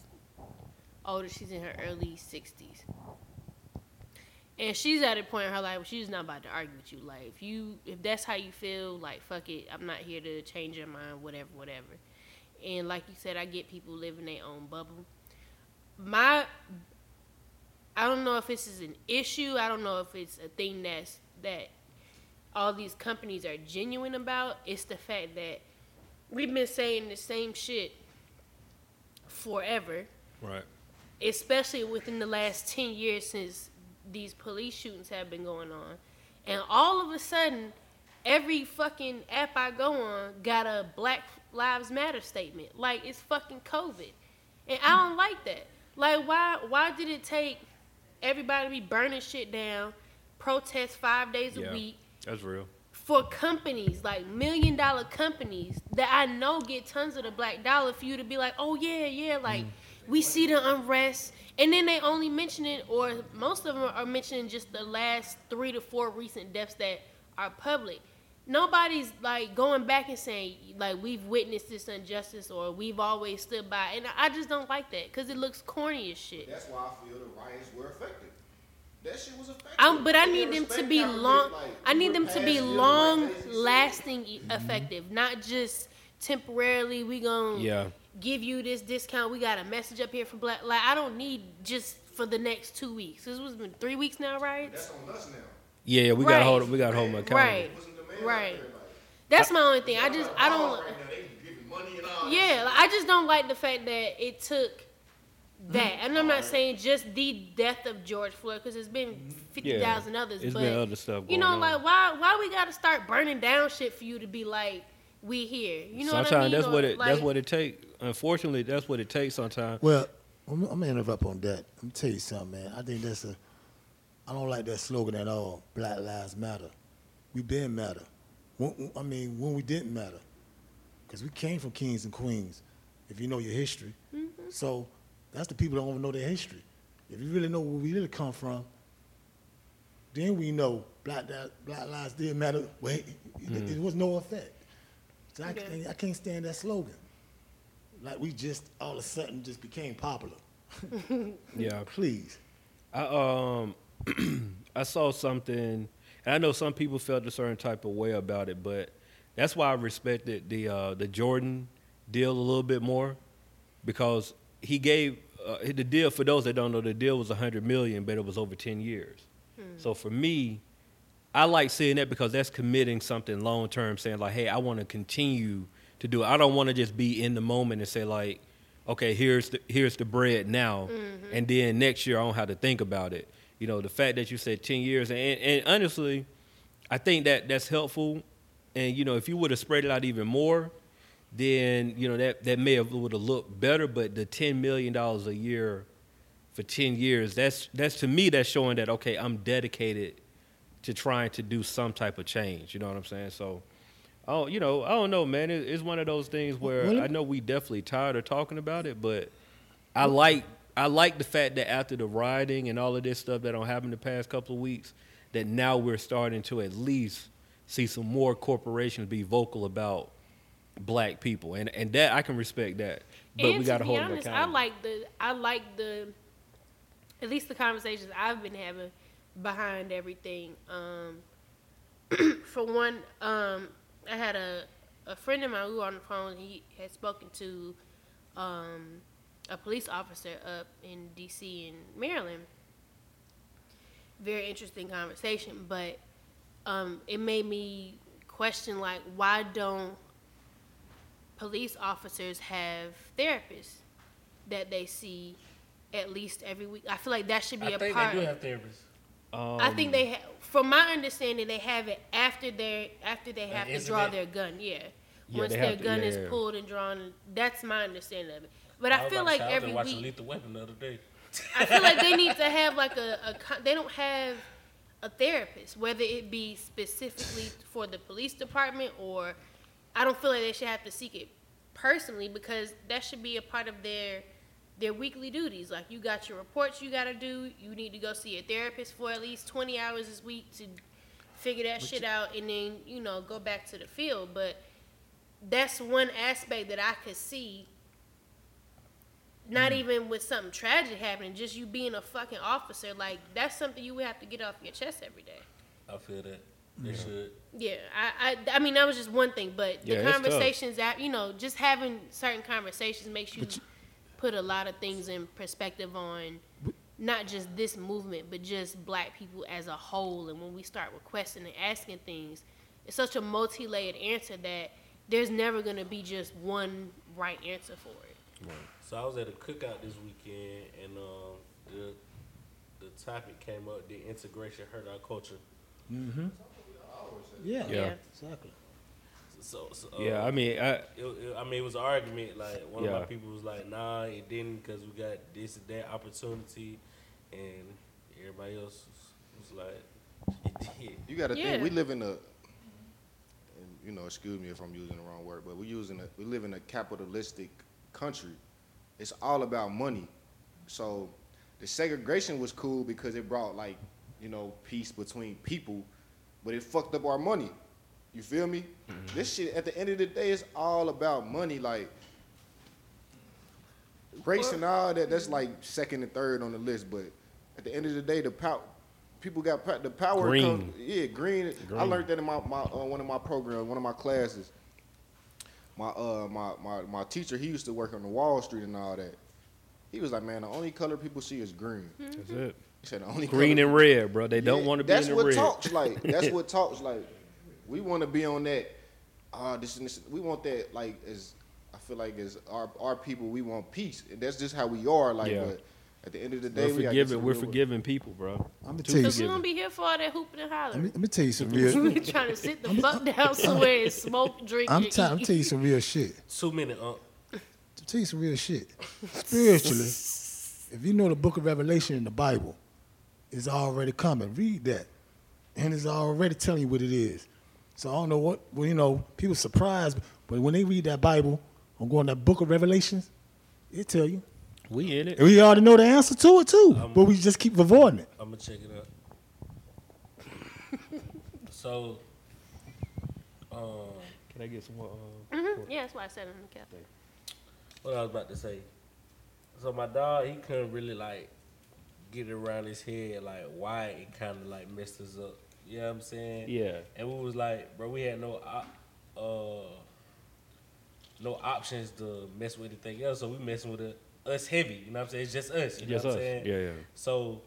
older. She's in her early sixties, and she's at a point in her life where she's not about to argue with you. Like if you, if that's how you feel, like fuck it. I'm not here to change your mind. Whatever, whatever. And like you said, I get people living their own bubble. My, I don't know if this is an issue. I don't know if it's a thing that's that all these companies are genuine about it's the fact that we've been saying the same shit forever, right. especially within the last 10 years since these police shootings have been going on. And all of a sudden, every fucking app I go on got a Black Lives Matter statement. Like it's fucking COVID. And I don't like that. Like why why did it take everybody to be burning shit down, protest 5 days a Yeah. week? That's real. for companies like million dollar companies that I know get tons of the black dollar for you to be like, oh yeah, yeah, like we see the unrest, and then they only mention it, or most of them are mentioning just the last three to four recent deaths that are public. Nobody's like going back and saying like we've witnessed this injustice or we've always stood by, and I just don't like that because it looks corny as shit. That's why I feel the riots were effective. That shit was effective. I'm, Um, but I need them to be long. I need them to be long lasting, e- effective, not just temporarily. We gonna Yeah. give you this discount. We got a message up here for black. Like I don't need just for the next two weeks. This was been three weeks now, right? That's on us now. Yeah, yeah, we Right. gotta hold. We gotta hold them accountable. Right, right. That's my only thing. I just oh, I don't. Yeah, like, I just don't like the fact that it took that, and I'm not saying just the death of George Floyd because it's been fifty thousand others. It's but been other stuff you going know, on. like why why we gotta start burning down shit for you to be like we here? You know sometimes what I mean? that's Or, what it. that's like- what it takes. Unfortunately, that's what it takes. Sometimes. Well, I'm, I'm gonna interrupt on that. I'm gonna tell you something, man. I think that's a. I don't like that slogan at all. Black Lives Matter. We been matter. When, I mean, when we didn't matter, because we came from kings and queens. If you know your history, so that's the people that don't know their history. If you really know where we really come from, then we know black Li- black lives didn't matter. Wait, it, it was no effect. So I, Okay. I can't stand that slogan. Like we just all of a sudden just became popular. Yeah. Please. I um I saw something, and I know some people felt a certain type of way about it, but that's why I respected the uh, the Jordan deal a little bit more because he gave uh, the deal. For those that don't know, the deal was a hundred million, but it was over ten years. So for me, I like seeing that because that's committing something long term, saying like, hey, I want to continue to do it. I don't want to just be in the moment and say like, okay, here's the here's the bread now, and then next year I don't have to think about it. You know, the fact that you said ten years, and, and honestly, I think that that's helpful. And you know, if you would have spread it out even more, then you know that that may have would have looked better. But the ten million dollars a year for ten years, that's that's to me that's showing that okay, I'm dedicated to trying to do some type of change. You know what I'm saying? So. Oh, you know, I don't know, man. It, it's one of those things where Well, let- I know we definitely tired of talking about it, but I like I like the fact that after the rioting and all of this stuff that don't happen the past couple of weeks, that now we're starting to at least see some more corporations be vocal about black people, and and that I can respect that. But and we got to to be hold them honest, I accountable. like the I like the at least the conversations I've been having behind everything. Um, for one, um, I had a a friend of mine who on the phone. He had spoken to um, a police officer up in D.C. and Maryland. Very interesting conversation, but um, it made me question like why don't police officers have therapists that they see at least every week. I feel like that should be a I think part. they do have therapists. Um, I think they, ha- from my understanding, they have it after they after they have to draw incident. their gun. Yeah, Yeah, once they their have to- gun yeah, is yeah. pulled and drawn. That's my understanding of it. But was I, feel about to like say, I was every just watching week, Lethal Weapon the other day. I feel like they need to have like a, a con- they don't have a therapist, whether it be specifically for the police department or I don't feel like they should have to seek it personally because that should be a part of their their weekly duties. Like you got your reports you got to do, you need to go see a therapist for at least 20 hours this week to figure that shit out and then, you know, go back to the field, but that's one aspect that I could see not even with something tragic happening, just you being a fucking officer, like that's something you would have to get off your chest every day. I feel that they should. Yeah, I, I, I mean that was just one thing, but the Yeah, it's tough. conversations that you know, just having certain conversations makes you, put a lot of things in perspective on not just this movement, but just black people as a whole. And when we start requesting and asking things, it's such a multi-layered answer that there's never gonna be just one right answer for it. So I was at a cookout this weekend, and um, the the topic came up: did integration hurt our culture? Yeah, Yeah. Yeah. exactly. So, so uh, yeah, I mean, I, it, it- I mean, it was an argument. Like one of Yeah. my people was like, "Nah, it didn't, because we got this and that opportunity," and everybody else was, was like, "It did." You got to Yeah. think we live in a, and, you know, excuse me if I'm using the wrong word, but we using a, we live in a capitalistic country. It's all about money. So the segregation was cool because it brought like, you know, peace between people, but it fucked up our money. You feel me? Mm-hmm. This shit at the end of the day is all about money. Like race and all that. That's like second and third on the list, but at the end of the day, the power. People got pa- the power. Green. comes- yeah, green. I Green. learned that in my, my uh, one of my programs, one of my classes. My uh my, my my teacher, he used to work on the Wall Street and all that. He was like, man, the only color people see is green. He that's it. said the only Green color- and red, bro. They don't Yeah, want to be That's in the what red. talks like. That's what talks like. We want to be on that. Uh, this and this. We want that like as I feel like as our our people, we want peace, and that's just how we are. Like, Yeah. but at the end of the day, We're we gotta get to forgiving. the We're real world. forgiving people, bro. I'm gonna Too tell Cause we you. Let forgiving. gonna be here for all that hooping and me, hollering. let me tell you some real. trying to sit the fuck down somewhere and smoke, drink, I'm, and t- I'm eat. telling you some real shit. Two minute uh, ump. to tell you some real shit. Spiritually, if you know the book of Revelation in the Bible, it's already coming. Read that. And it's already telling you what it is. So I don't know what, well, you know, people surprised, but when they read that Bible or go in that book of Revelations, it tell you. We in it. And we already know the answer to it too, but we just keep avoiding it. I'm gonna check it out. so, um, Can I get some more? Uh, Mhm. Yeah, that's why I sat on the couch. what I was about to say. So my dog, he couldn't really like get it around his head, like why it kind of like messed us up. You know what I'm saying? yeah. And we was like, bro, we had no, op- uh, no options to mess with anything else. So we messing with it, us heavy. You know what I'm saying? It's just us. You know Yes, what I'm us. saying? Yeah, yeah. So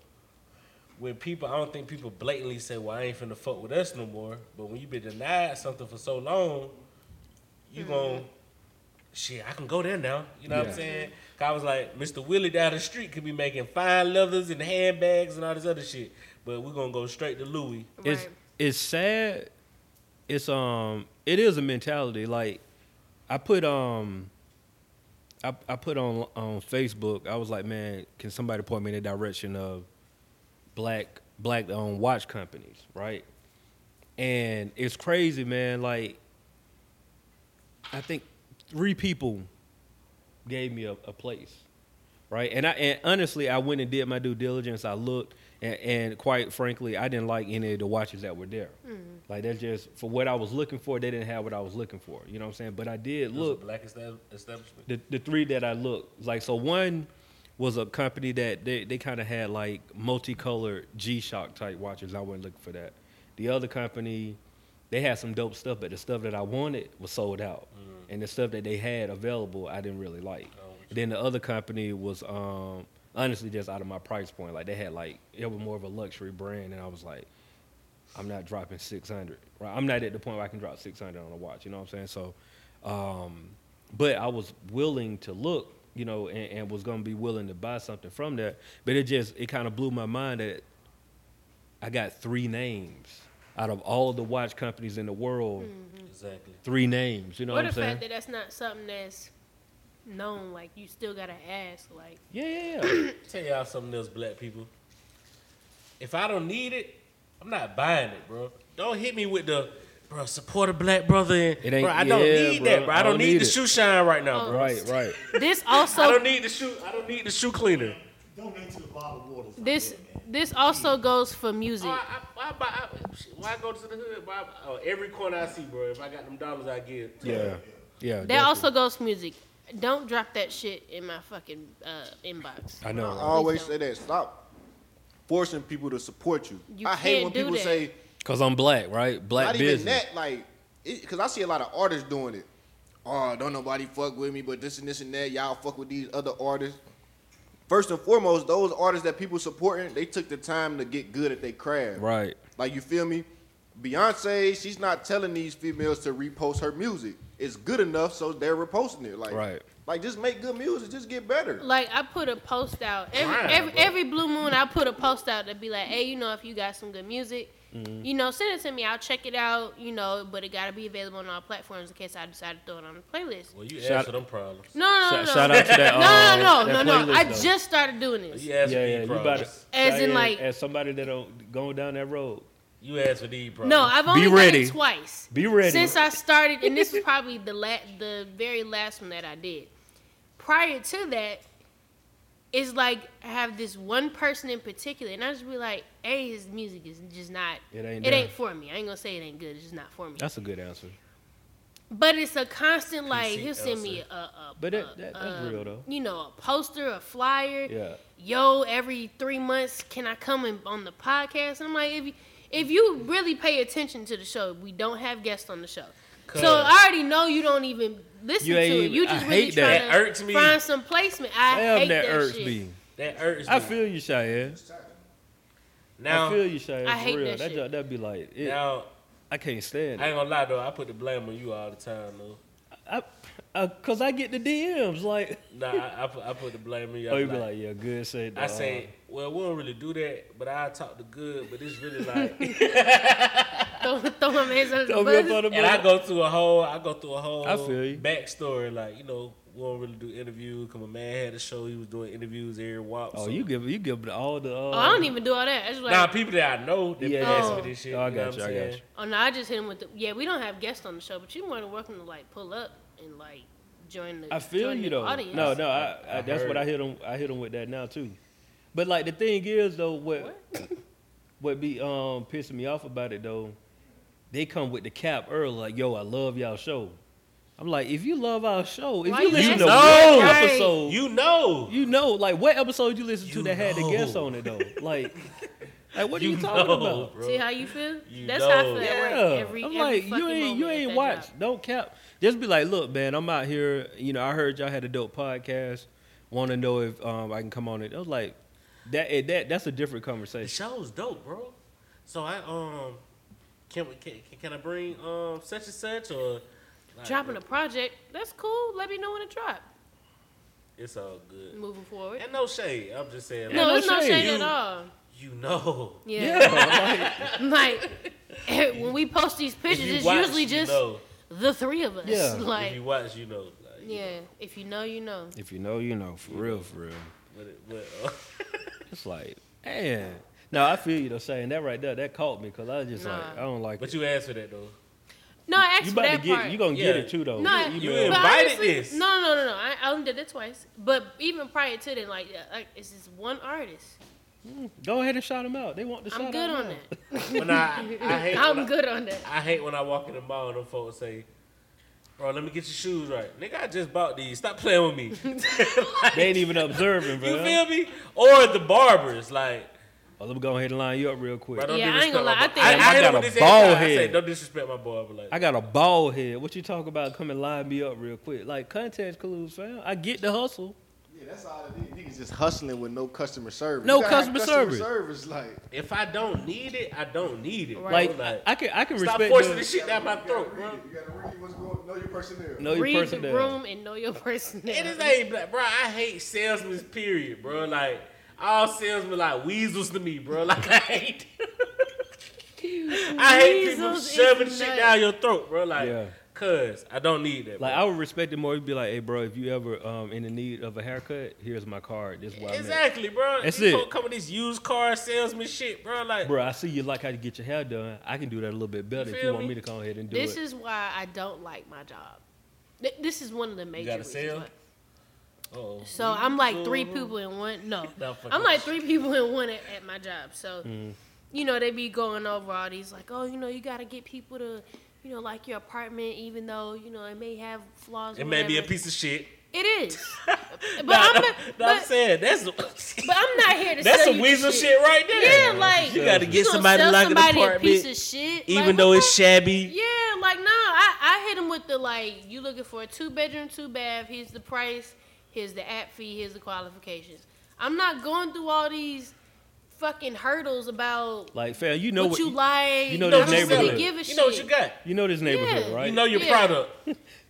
when people, I don't think people blatantly say, "Well, I ain't finna fuck with us no more." But when you been denied something for so long, you gon' shit. I can go there now. You know what Yeah. I'm saying? 'Cause I was like, Mr. Willie down the street could be making fine leathers and handbags and all this other shit, but we gonna go straight to Louis. Right. It's it's sad. It's um, it is a mentality. Like I put um, I I put on on Facebook. I was like, man, can somebody point me in the direction of black black owned watch companies, right? And it's crazy, man. Like I think three people gave me a, a place, right? And I and honestly, I went and did my due diligence. I looked, and, and quite frankly, I didn't like any of the watches that were there. Like that's just for what I was looking for. They didn't have what I was looking for. You know what I'm saying? But I did look black estab- establishment. the, the three that I looked like. So one was a company that they, they kind of had like multicolored G Shock type watches. I wasn't looking for that. The other company, they had some dope stuff, but the stuff that I wanted was sold out, and the stuff that they had available I didn't really like. then the other company was um, honestly just out of my price point. Like they had like it was more of a luxury brand, and I was like, I'm not dropping 600. Right? I'm not at the point where I can drop 600 on a watch. You know what I'm saying? So, um, but I was willing to look, you know, and, and was going to be willing to buy something from that. But it just it kind of blew my mind that I got three names out of all the watch companies in the world. Exactly. Three names. You know or what the I'm saying? Hmm. fact that that's not something that's known. Like you still gotta ask. Like yeah, yeah, yeah. Tell y'all something else, black people. If I don't need it, I'm not buying it, bro. Don't hit me with the bro support a black brother. And, It ain't- bro, I don't yeah, need bro. that, bro. I don't, need, the it. shoe shine right now, Oh. bro. right, right. this I also don't need the shoe. I don't need the shoe cleaner. Donate to the bottled water. this this also goes for music. Why, Oh, I, why, buy- I- shit, why go to the hood? Why, oh, every corner I see, bro. If I got them dollars, I give. Yeah, yeah. That definitely. also goes for music. Don't drop that shit in my fucking uh, inbox. I know. I right? always don't. say that. Stop forcing people to support you. You I hate can't when do people that. say Cause I'm black, right? Black not business. even that. Like, because I see a lot of artists doing it. Oh, don't nobody fuck with me, but this and this and that. Y'all fuck with these other artists. First and foremost, those artists that people supporting, they took the time to get good at their craft. Right. Like you feel me? Beyonce, she's not telling these females to repost her music. It's good enough, so they're reposting it. Like, Right. like just make good music, just get better. Like I put a post out every Wow, every, bro. every blue moon. I put a post out to be like, hey, you know, if you got some good music, Mm-hmm. you know, send it to me. I'll check it out. You know, but it gotta be available on all platforms in case I decide to throw it on the playlist. Well, you Shout- asked for them problems. No, no, no, Shout, no. shout out to that. no, uh, no, no, that no, no. I playlist, though. just started doing this. You asked Yeah, for yeah, these you about to, problems. As in, Yeah, like- as somebody that don't going down that road. You asked for these problems. No, I've only ready. done it twice. Be ready. Since I started, and this was probably the la- the very last one that I did. Prior to that, it's like I have this one person in particular, and I just be like, "Hey, his music is just not. It ain't It there. ain't for me. I ain't gonna say it ain't good. It's just not for me. That's a good answer. But it's a constant like he'll send Elsa. me a, a But that- a- that- that's a, real, though. You know, a poster, a flyer. Yeah. Yo, every three months, can I come in, on the podcast? And I'm like, if you, if you really pay attention to the show, we don't have guests on the show, so I already know you don't even listen You to ain't it. even- You I just really hate trying that. to That irks me. find some placement. I hate Damn, that that, irks shit. me. that irks me. I feel you, Cheyenne. now. I feel you, Cheyenne. I for hate real. that shit. ju- that'd be like, it, now I can't stand I it. ain't gonna lie though. I put the blame on you all the time though. I, I, Cause I get the DMs like, Nah, I, I, put, I put the blame on you. oh, I you be like, yeah, good. Say, I say, well, we don't really do that, but I talk to good, but it's really like, Throw, throw my hands under Throw the me up bus. on the and I bus. go through a whole, I go through a whole I feel you. backstory, like you know, we don't really do interviews. Cause my man had a show, he was doing interviews every walk. Oh, so- you give you give all the. Uh, Oh, I don't even do all that. I just like, Nah, people that I know that Yeah, yeah, yeah. ask Oh. me this shit. Oh, I you know got what you. I I'm got saying? you. Oh no, I just hit him with the yeah. We don't have guests on the show, but you're more than welcome to like pull up and like join the. I feel join you the though. Audience. No, no, I, I, I that's heard what I hit him. I hit him with that now too. But like the thing is though, what what, be um pissing me off about it though, they come with the cap early like, yo, I love y'all show. I'm like, if you love our show, if Why you you listen to one asking that? Right. episode, you, You know, know, like what episode you listen to You that had the know. guest on it though, like, like what are you, you, talking know, about? bro. See how you feel? You That's how I know. feel at Yeah, work every, I'm every like fucking you ain't you moment at ain't that watch. job. Don't cap. Just be like, look, man, I'm out here. You know, I heard y'all had a dope podcast. Want to know if um, I can come on it? I was like, that eh, that that's a different The conversation. show's dope, bro. So I um can we can, can- can I bring um such and such or like, Dropping a project, that's cool. Let me know when it drop. It's all good. Moving forward. And no shade. I'm just saying. No, no it's no shade. shade You- at all. You know. Yeah, Yeah, like, like eh, when we post these pictures, you it's watch, usually you just know. the three of us. Yeah. If Like, if you watch, you know. Like, you yeah, if you know, you know. If you know, you know. For real, for real. But it, but, uh, It's like, man. No, I feel you though saying that right there. That caught me because I was just like, Nah. I don't like but it. you asked for that though. No, I asked You for about to that get part. you gonna get Yeah. it too though. No, you, you you but invited honestly, this. No, no, no, no. I, I only did it twice. But even prior to then, like, uh, like it's just one artist. go ahead and shout them out. They want the shout I'm good out on now. that. When I, I hate when I'm I- good on that. I hate when I walk in the mall and them folks say, Bro, let me get your shoes right. Nigga, I just bought these. Stop playing with me. Like, They ain't even observing, bro. you feel me? Or the barbers, like, Oh, let me go ahead and line you up real quick. bro, don't Yeah, I ain't disrespect gonna lie. my I bar- think- I, Damn, I, I hit got him a with this bald ball head. I say, head. don't disrespect my barber. Like, I got a bald head. What you talk about? Come and line me up real quick. Like context clues, fam. I get the hustle. Yeah, that's all it is. Niggas just hustling with no customer service. No You gotta have customer service. service, like if I don't need it, I don't need it. bro. Right. Like I, I can, I can stop respect. forcing the- this shit down my throat, bro. You gotta read what's going. Know your personnel. Know your Read the personnel. room and know your personnel. It is ain't black, bro. I hate salesmen, period, bro. Like, all salesmen like weasels to me, bro. Like, I hate I hate people Weasels is shoving shit nuts. down your throat, bro. Like, Yeah. cuz I don't need that. Like bro. I would respect it more. You'd be like, "Hey, bro, if you ever um in the need of a haircut, here's my card. This is what I meant. Exactly, bro. That's These it. folk come with this used car salesman shit, bro. Like, Bro, I see you like how you get your hair done. I can do that a little bit better if you feel want me? me to come ahead and do this it. is why I don't like my job. Th- This is one of the major gotta reasons. sell? why. oh, So I'm like three people in one. No, Nah, fuck I'm that Mm. like three people in one at, at my job. So, you know, they be going over all these like, oh, you know, you gotta get people to, you know, like your apartment, even though you know it may have flaws. it may be a whatever. piece of shit. It is. but Nah, I'm nah, not, nah, I'm but, saying that's but I'm not here to. that's sell some you weasel shit. right there. Yeah, like You gotta get gonna somebody sell like an somebody a apartment, piece of shit, even Like, though what it's the- shabby. Yeah, like nah, I, I hit him with the like, you looking for a two bedroom, two bath. Here's the price. Here's the app fee. Here's the qualifications. I'm not going through all these fucking hurdles about Like, fam, you know what, what you like. you know You the I don't really neighborhood. give a shit. You know what you got. you know this neighborhood, Yeah. right? You know your Yeah. product.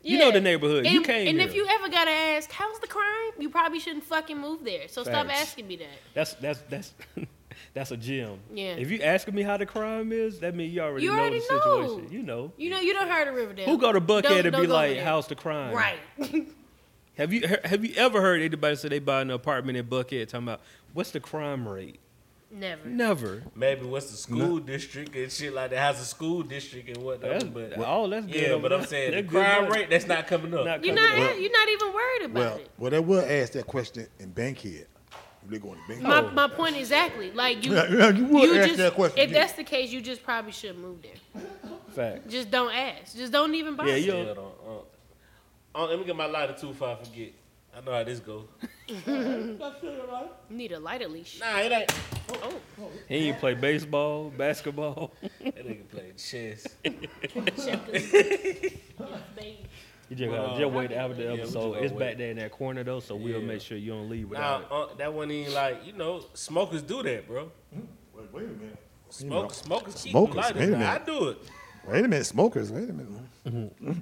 You know the Yeah. neighborhood. And, you came and here. if you ever gotta ask, how's the crime? You probably shouldn't fucking move there. So stop Facts. asking me that. that's that's that's that's a gem. Yeah. If you asking me how the crime is, that means you already You know already the situation. know. You know. You know you don't heard of Riverdale. Who go to Buckhead Don't- and don't be go like, there. "How's the crime?" Right. Have you have you ever heard anybody say they buy an apartment in Buckhead talking about what's the crime rate? Never. Never. Maybe what's the school district and shit like that has a school district and whatnot. That's- but uh, all that's good yeah, over but there. I'm saying That the good crime money. rate that's not coming up. Not You're coming not. up. you're not even worried about Well, it. well, they will ask that question in Bankhead. If they going to Bankhead. My, my point exactly. Like you, Yeah, yeah, you would ask just, that question, If yeah. that's the case, you just probably should move there. fact. Just don't ask. Just don't even bother. Yeah, you Still don't, uh, uh, let me get my lighter too if I forget. I know how this go. You need a lighter leash. Nah, it ain't. Oh, He ain't play baseball, basketball. That nigga playing chess. check this. Baby. You just gotta Well, just wait after the we just episode. gotta It's back wait. there in that corner though, so we'll Yeah. make sure you don't leave Nah, without it. uh, that wasn't even like you know smokers do that, bro. Hmm? Wait, wait a minute. Smoke, smokers keep Smokers, lighters. wait a Nah, minute. I do it. Wait a minute, smokers. Wait a minute.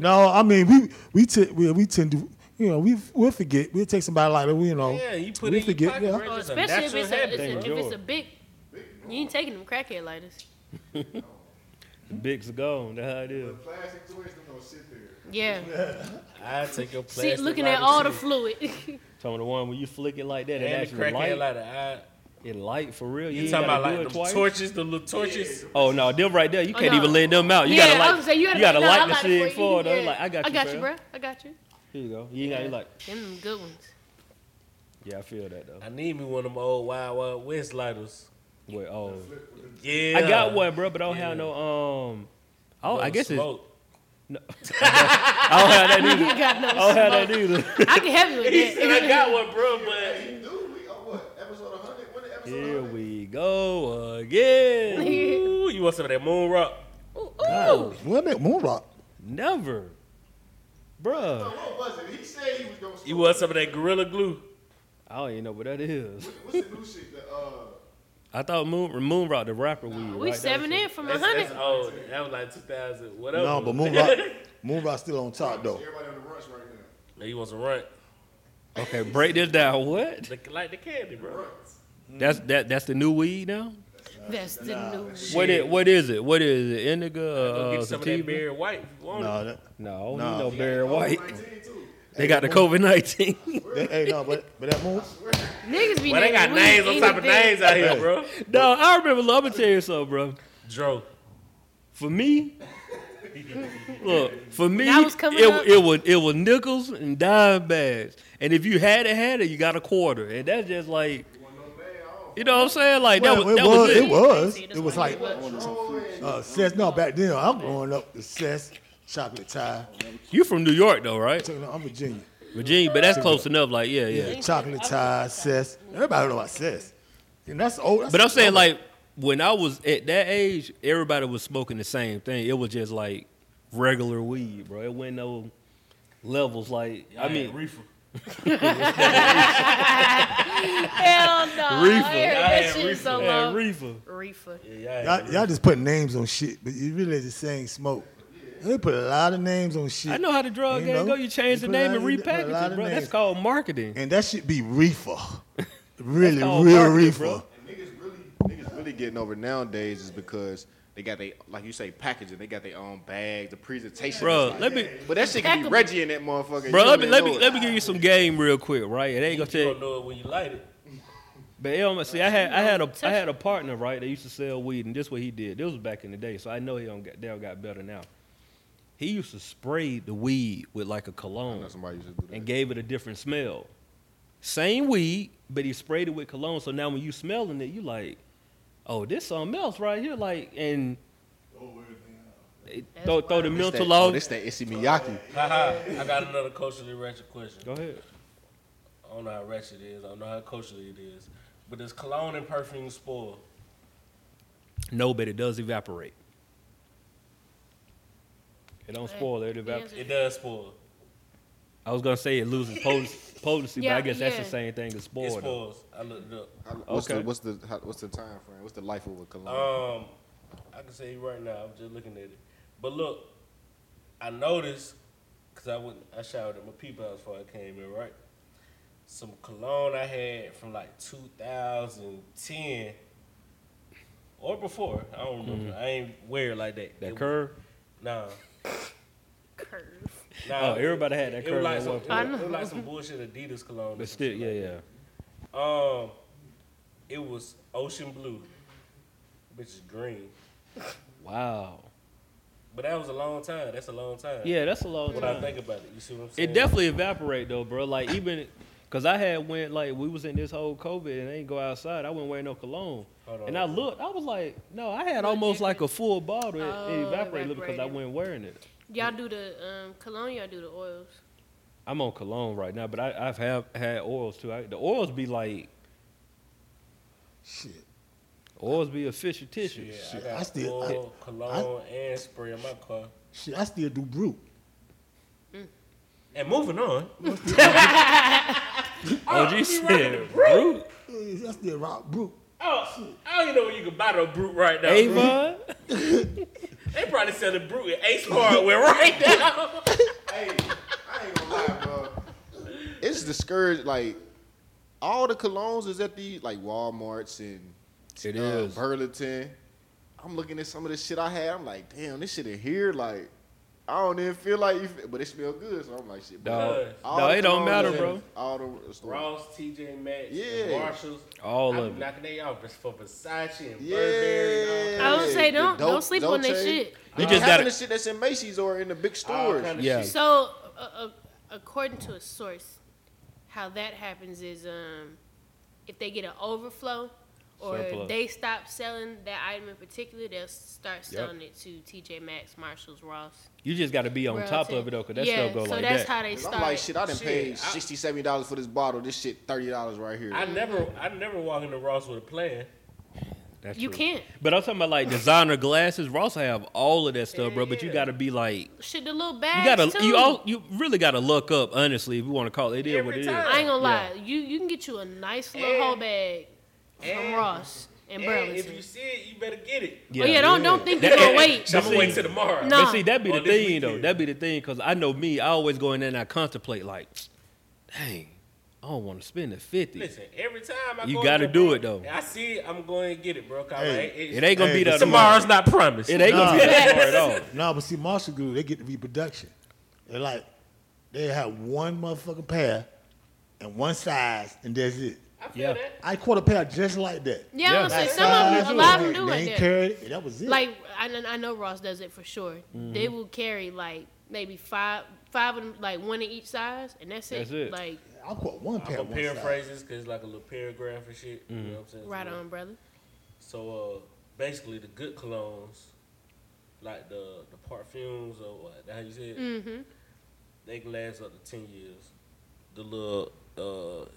No, I mean we we, t- we we tend to you know we we'll forget we'll take somebody like we you know Yeah, you put we it in your pocket, bro. Oh, It's a especially if it's natural a, it's a- habit, if it's a big. You ain't taking them crackhead lighters. Big's gone. That's how it is. The plastic toys don't gonna sit there. Yeah. I take your See, plastic. looking lighter at all too. the fluid. Talking the one when you flick it like that, it and the actually light. crackhead lighter. I, It light for real. You, you ain't talking about gotta do like it the twice. torches, the little torches? Oh no, them right there. You Oh, can't no. even let them out. You yeah, gotta I like. was gonna say, you gotta, gotta no, like I the light it shit for you. forward. though. Yeah. Like I got I you. got you, fam. bro. I got you. Here you go. You ain't gotta like. Them good ones. Yeah, I feel that though. I need me one of them old Wild Wild West lighters. Wait, oh, Yeah, I got one, bro, but I don't Yeah. have no. Um, I, don't, No I guess it's, I don't smoke. have that You either. got no I don't have smoke. that either. I can help you He with said, that. I got one, bro, but Dude, we on what episode 100? When the episode Here 100? we go again. ooh, you want some of that moon rock? Ooh, ooh. Well, man, Moon Rock. Never, No, bruh. what was it? He said he was gonna. You smoke. want some of that gorilla glue? I don't even know what that is. What's the new shit? The uh, I thought Moon Moon Rock the rapper weed. We right? That seven was- in from a That's, that's hundred. old. That was like 2000, whatever. No, but Moon Rock, Moon Rock still on top though. everybody on the rush right now. Now you want some runt? Okay, break this down. What? Like, like the candy, bro. That's that. That's the new weed now. That's the new. What it? What is it? What is it? Indica? Go Uh, get some of that sativa? Barry White. Won't it? No, that, No, Nah. no, no Barry White. They Hey, got the Mo- COVID nineteen. that- hey, no, but but that moon, Niggas be Well, they got naming names on weed top of anything. names out here, bro. no, I remember. Look, I'm gonna tell you something, bro. Dro. For me, look, for me, I was coming it, up- it was it was nickels and dime bags, and if you had it, had it, you got a quarter, and that's just like, you know what I'm saying? Like that well, was it that was was it it. was That's it was why like it was. uh, Seth. No, back then I'm growing up the Seth chocolate tie. You from New York though, right? Taking- I'm Virginia. Virginia, but that's close enough. Like, yeah, yeah. Yeah, chocolate tie, Seth. Everybody heard about Seth, and that's old. that's- But I'm saying like when I was at that age, everybody was smoking the same thing. It was just like regular weed, bro. It wasn't no levels. Like I mean, reefer. Hell no. Reefer. I heard Yeah, that shit reefer. so yeah, long. reefer. Reefer. Yeah, y'all, y'all just put names on shit, but you really just saying smoke. They put a lot of names on shit. I know how the drug You game know, go. You change you the put a name lot and of- you put a repackage lot it, of bro. That's names. called marketing. And that should be reefer. Really, called real marketing, reefer. bro. And niggas really, niggas really getting over nowadays is because they got they like you say packaging. They got their own bags, the presentation. Bro, is like- let me- But that shit can be Reggie in that motherfucker. Bro, You let me don't let even me know let me give you some game real quick, right? It ain't gonna You take. don't know it when you light it. But it almost see, I had I had a I had a partner right that used to sell weed, and this what he did. This was back in the day, so I know he don't got they don't got better now. He used to spray the weed with like a it. I know cologne Somebody used to do that. and gave it a different smell. Same weed, but he sprayed it with cologne. So now when you smelling it, you like, oh, this something else right here. Like and They throw, throw the This mental that- oh, off. This that Issey Miyake. Haha. I got another culturally ratchet question. Go ahead. I don't know how ratchet it is. I don't know how culturally it is. But does cologne and perfume spoil? No, but it does evaporate. It don't Hey, spoil it. It, evap- yes. It does spoil. I was gonna say it loses potency, potency Yeah, but I guess that's the yeah. same thing as It spoiled. though. spoils. I looked it up. How- What's the Okay. what's the how, what's the time frame? What's the life of a cologne? Um, I can say right now. I'm just looking at it. But look, I noticed because I went, I showered at my people house before I came in, right? Some cologne I had from like 2010 or before. I don't remember. I ain't wear it like that. Mm-hmm. That It- curve. Nah. Curve. Nah, Oh, everybody had that it was curve like at some, one it point. was- it was like some bullshit Adidas cologne. or But some still, shit yeah, like yeah. Um, it was ocean blue, which is green. Wow. But that was a long time. That's a long time. Yeah, that's a long When I time. think about it, you see what I'm saying? It definitely evaporate though, bro. Like even because I had went like we was in this whole COVID and they didn't go outside. I wasn't wearing no cologne, Hold on. and I looked. I was like, no, I had almost like a full bottle. It, it Oh, evaporated because I evaporated. wasn't wearing it. Y'all do the um, cologne, y'all do the oils. I'm on cologne right now, but I, I've have had oils too. I, the oils be like Shit. oils be a fishy tissue. Yeah, Shit, I, got I still- oil, cologne and spray in my car. Shit, I still do brew. And moving on, Oh, OG said, brute. I still rock brew. oh, I don't even know where you can buy no brute right now. Avon. They probably sell the brute at Ace Hardware right now. Hey, I ain't gonna lie, bro. It's discouraged. Like all the colognes is at the like WalMarts and It uh, is. Burlington. I'm looking at some of this shit I had. I'm like, damn, this shit in here. Like, I don't even feel like, you, but it smell good. So I'm like, shit, bro. No, All no, the it don't colognes matter, in- bro. All the stores. Ross, TJ Maxx, Yeah. Marshalls. All I of be it. knocking they out for Versace and Yeah. Burberry and all kinds of I would say the don't Dol- don't sleep on that Dolce. shit. You They just having gotta- the shit that's in Macy's or in the big All stores. kind of Yeah. shit. So, uh, uh, according to a source, how that happens is um, if they get an overflow or Surplus. they stop selling that item in particular, they'll start selling it to TJ Maxx, Marshalls, Ross. You just got to be on top of it though, cause that yeah, stuff go so like that's that. how they Cause I'm start. like, shit, I done Shit, I- paid 60 $70 for this bottle. This shit $30 right here. I never, I never walk into Ross with a plan. That's you true. can't. But I'm talking about like designer glasses. Ross have all of that stuff, bro. But you Yeah. got to be like, Shit, the little bags you gotta, too. you all, you really got to look up honestly if you want to call it. It is Every what it is. time. I ain't gonna Yeah. lie. You you can get you a nice little And- whole bag from and- Ross and And Eh. if Burlington. you see it, you better get it. oh yeah, don't don't think you're gonna wait. I'm gonna wait till tomorrow. No. But see, that be Nah. the Or Oh, this thing though. weekend. That be the thing, cause I know me. I always go in there and I contemplate like, dang, I don't want to spend the fifty. Listen, every time I You go gotta into do bro- it, though. I see, I'm going to get it, bro. 'cause Hey, like, it ain't gonna Hey, be that tomorrow. tomorrow's not promised. It ain't gonna be that tomorrow at all. No, but see, Marshall Group, they get the reproduction. They're like, they have one motherfucking pair and one size, and that's it. I feel Yeah. that. I caught a pair just like that. Yeah, Yeah. I'm gonna say Like some of size, them, a lot of they- them do They like ain't that. carried it. and That was it. Like I, kn- I know Ross does it for sure. They will carry like maybe five five of them, like one in each size, and that's it. That's it. Like I caught one I'm pair. gonna one size. paraphrase this because it's like a little paragraph and shit. Mm. You know what I'm saying? right So, on, brother. So uh, basically, the good colognes, like the the perfumes or what, how you said, Mm-hmm. they can last up to ten years. The little uh,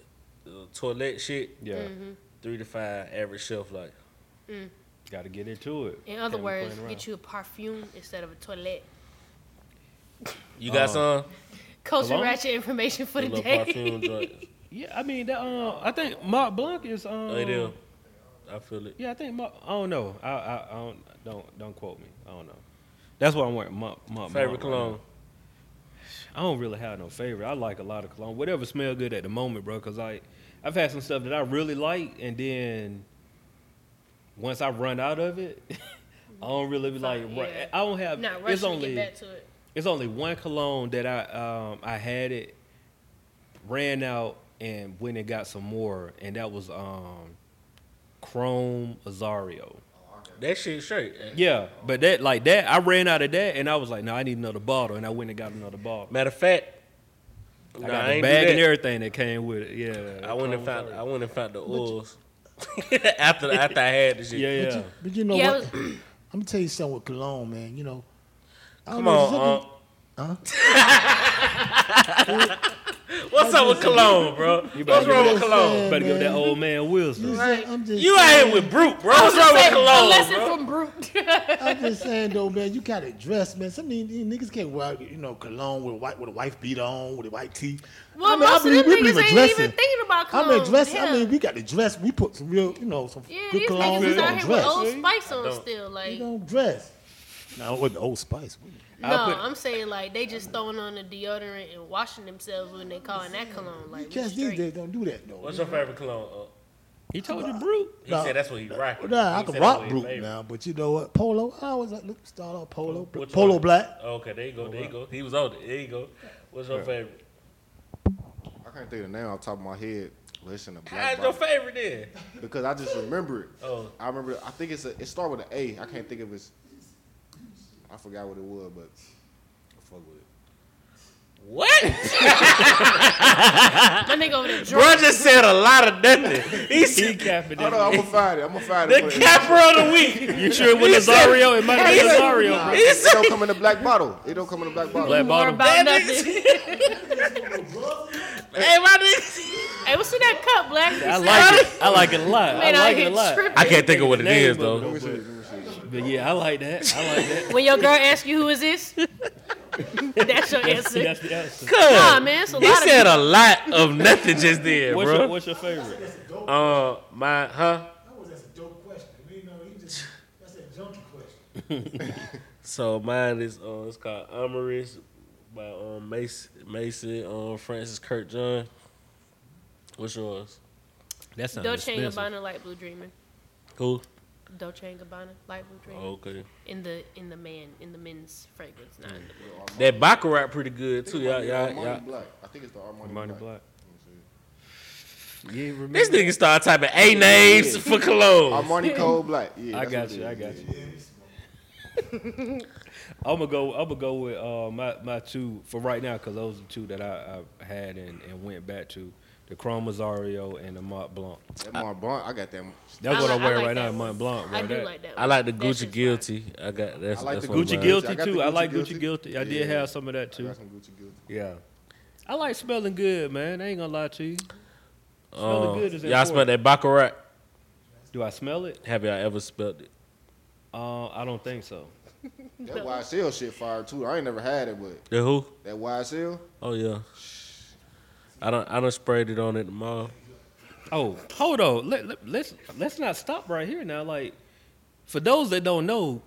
the toilet shit, Yeah, Mm-hmm. three to five average shelf life. got to get into it. In other Can't be words, playing around. get you a perfume instead of a toilet. You got Oh. some? Culture Cologne? ratchet information for The the little day. perfume joint. Yeah, I mean, that, uh, I think Mark Blanc is. Um, They Oh, do. I feel it. Yeah, I think Mark, I don't know. I, I, I don't don't don't quote me. I don't know. That's what I'm wearing. Mark, Mark Blanc right Favorite cologne. now. I don't really have no favorite. I like a lot of cologne. Whatever smell good at the moment, bro. Cause I, I've had some stuff that I really like, and then once I run out of it, I don't really be like. Fuck, right- yeah. I don't have. Not it's rushing only to get back to it. it's only one cologne that I um, I had it, ran out and went and got some more, and that was um, Chrome Azario. That shit straight. Yeah, but that like that I ran out of that, and I was like, no, I need another bottle, and I went and got another bottle. Matter of fact, I nah, got ain't the do bag Oh, that. and everything that came with it. Yeah, I went Chrome and found. Azario. I went and found the oils after after I had the shit. Yeah, But, yeah. you, but you know Yeah, what? I'm gonna tell you something with cologne, man. You know, I Come don't know, on, it's um. What's up with cologne, bro? You What's better wrong give with that- Yeah, cologne? Better give that man. old man looking- wisdom. Right. I'm just You saying, aining with Brute, bro. What's wrong with Say, cologne, unless bro? it's from Brute. I'm just saying though, man. You gotta dress, man. Some of these, these niggas can't wear, you know, cologne with a white with a wife beat on with a white tee. well, I mean, I most believe- of them we niggas believe in ain't dressing. even thinking about I cologne. mean, dress. I Yeah. mean, we got to dress. We put some real, you know, some yeah, good these niggas cologne. We is out don't here with dress. Old See? Spice on don't. still. Like, We don't dress. Now with the Old Spice. we- No, I'll put- I'm saying like they just throwing on the deodorant and washing themselves when they calling that cologne. Like we Cats these straight. days don't do that though. What's your favorite cologne? Uh, He told you, brute. he Nah. said that's what he rocked. Nah, I can rock brute now, but you know what? Polo. I always like look, start off polo. bl- Polo um. black. Okay, there you go. There you go. He was on it. There you go. What's your favorite? I can't think of the name off the top of my head. Listen to Black How's your Bottom. favorite then? because I just remember it. Oh. I remember. I think it's a. It started with an A. I can't think of its. I forgot what it was, but I fuck with it. What? My nigga over there drunk. Bro just said a lot of nothing. He He said capping Oh no, I'm it. gonna find it. I'm gonna find the it. capper of the week. You sure it wasn't He said- Azario? It might have been He said- Azario, Nah, bro. it, it don't come in a black bottle. It don't come in a black bottle. Black More bottom. about That nothing. Hey, my nigga. hey, what's in that cup, Black? I like it. I like it a lot. I Man, out like here it a lot. tripping. I can't think of what it Name is though. Let me see. Let me see. But yeah, I like that. I like that. When your girl asks you who is this, that's your answer. That's the answer. nah, man, it's a He lot said uh, of a lot of nothing just then, What's your, bro. what's your favorite? Uh, my huh? That was that's a dope question. You know, he just that's a junkie question. So mine is uh, it's called Amaris by um Mason Mason um Francis Kurt John. What's yours? That's Dolce and Gabbana light blue dreaming. Who? Oh, Dolce and Gabbana light blue dreaming. Oh. Okay. In the in the man in the men's fragrance, not in the women's. That Baccarat pretty good too. I Y'all, think y'all, it's Armani y'all. Black. I think it's the Armani, Money Black. Black. This nigga started typing A names for cologne. Armani Cold Black. Yeah, I that's got what it you. is. I got Yeah, you. I'm gonna go. I'm gonna go with uh, my my two for right now because those are two that I, I had and, and went back to the Chrome Azario and the Mont Blanc. That Mont Blanc. I got that. That's I what li- I'm I wearing like right that now, one. Mont Blanc. Bro. I do That- like that. I like the That shit's Gucci fire. Guilty. I got that's. I like that's the one of Gucci mine. Guilty. I Guilty got the too. I Gucci like Guilty. Gucci Guilty. I did Yeah. have some of that I too. got some Gucci Guilty. Yeah. I like smelling good, man. I ain't gonna lie to you. Smelling Uh, good is y'all smell important. that Baccarat? Do I smell it? Have y'all ever smelled it? Uh, I don't think so. That YSL shit fire too. I ain't never had it, but The who? that YSL. Oh yeah. I don't. I don't sprayed it on at the mall. Oh, hold on. Let, let, let's let's not stop right here now. Like, for those that don't know,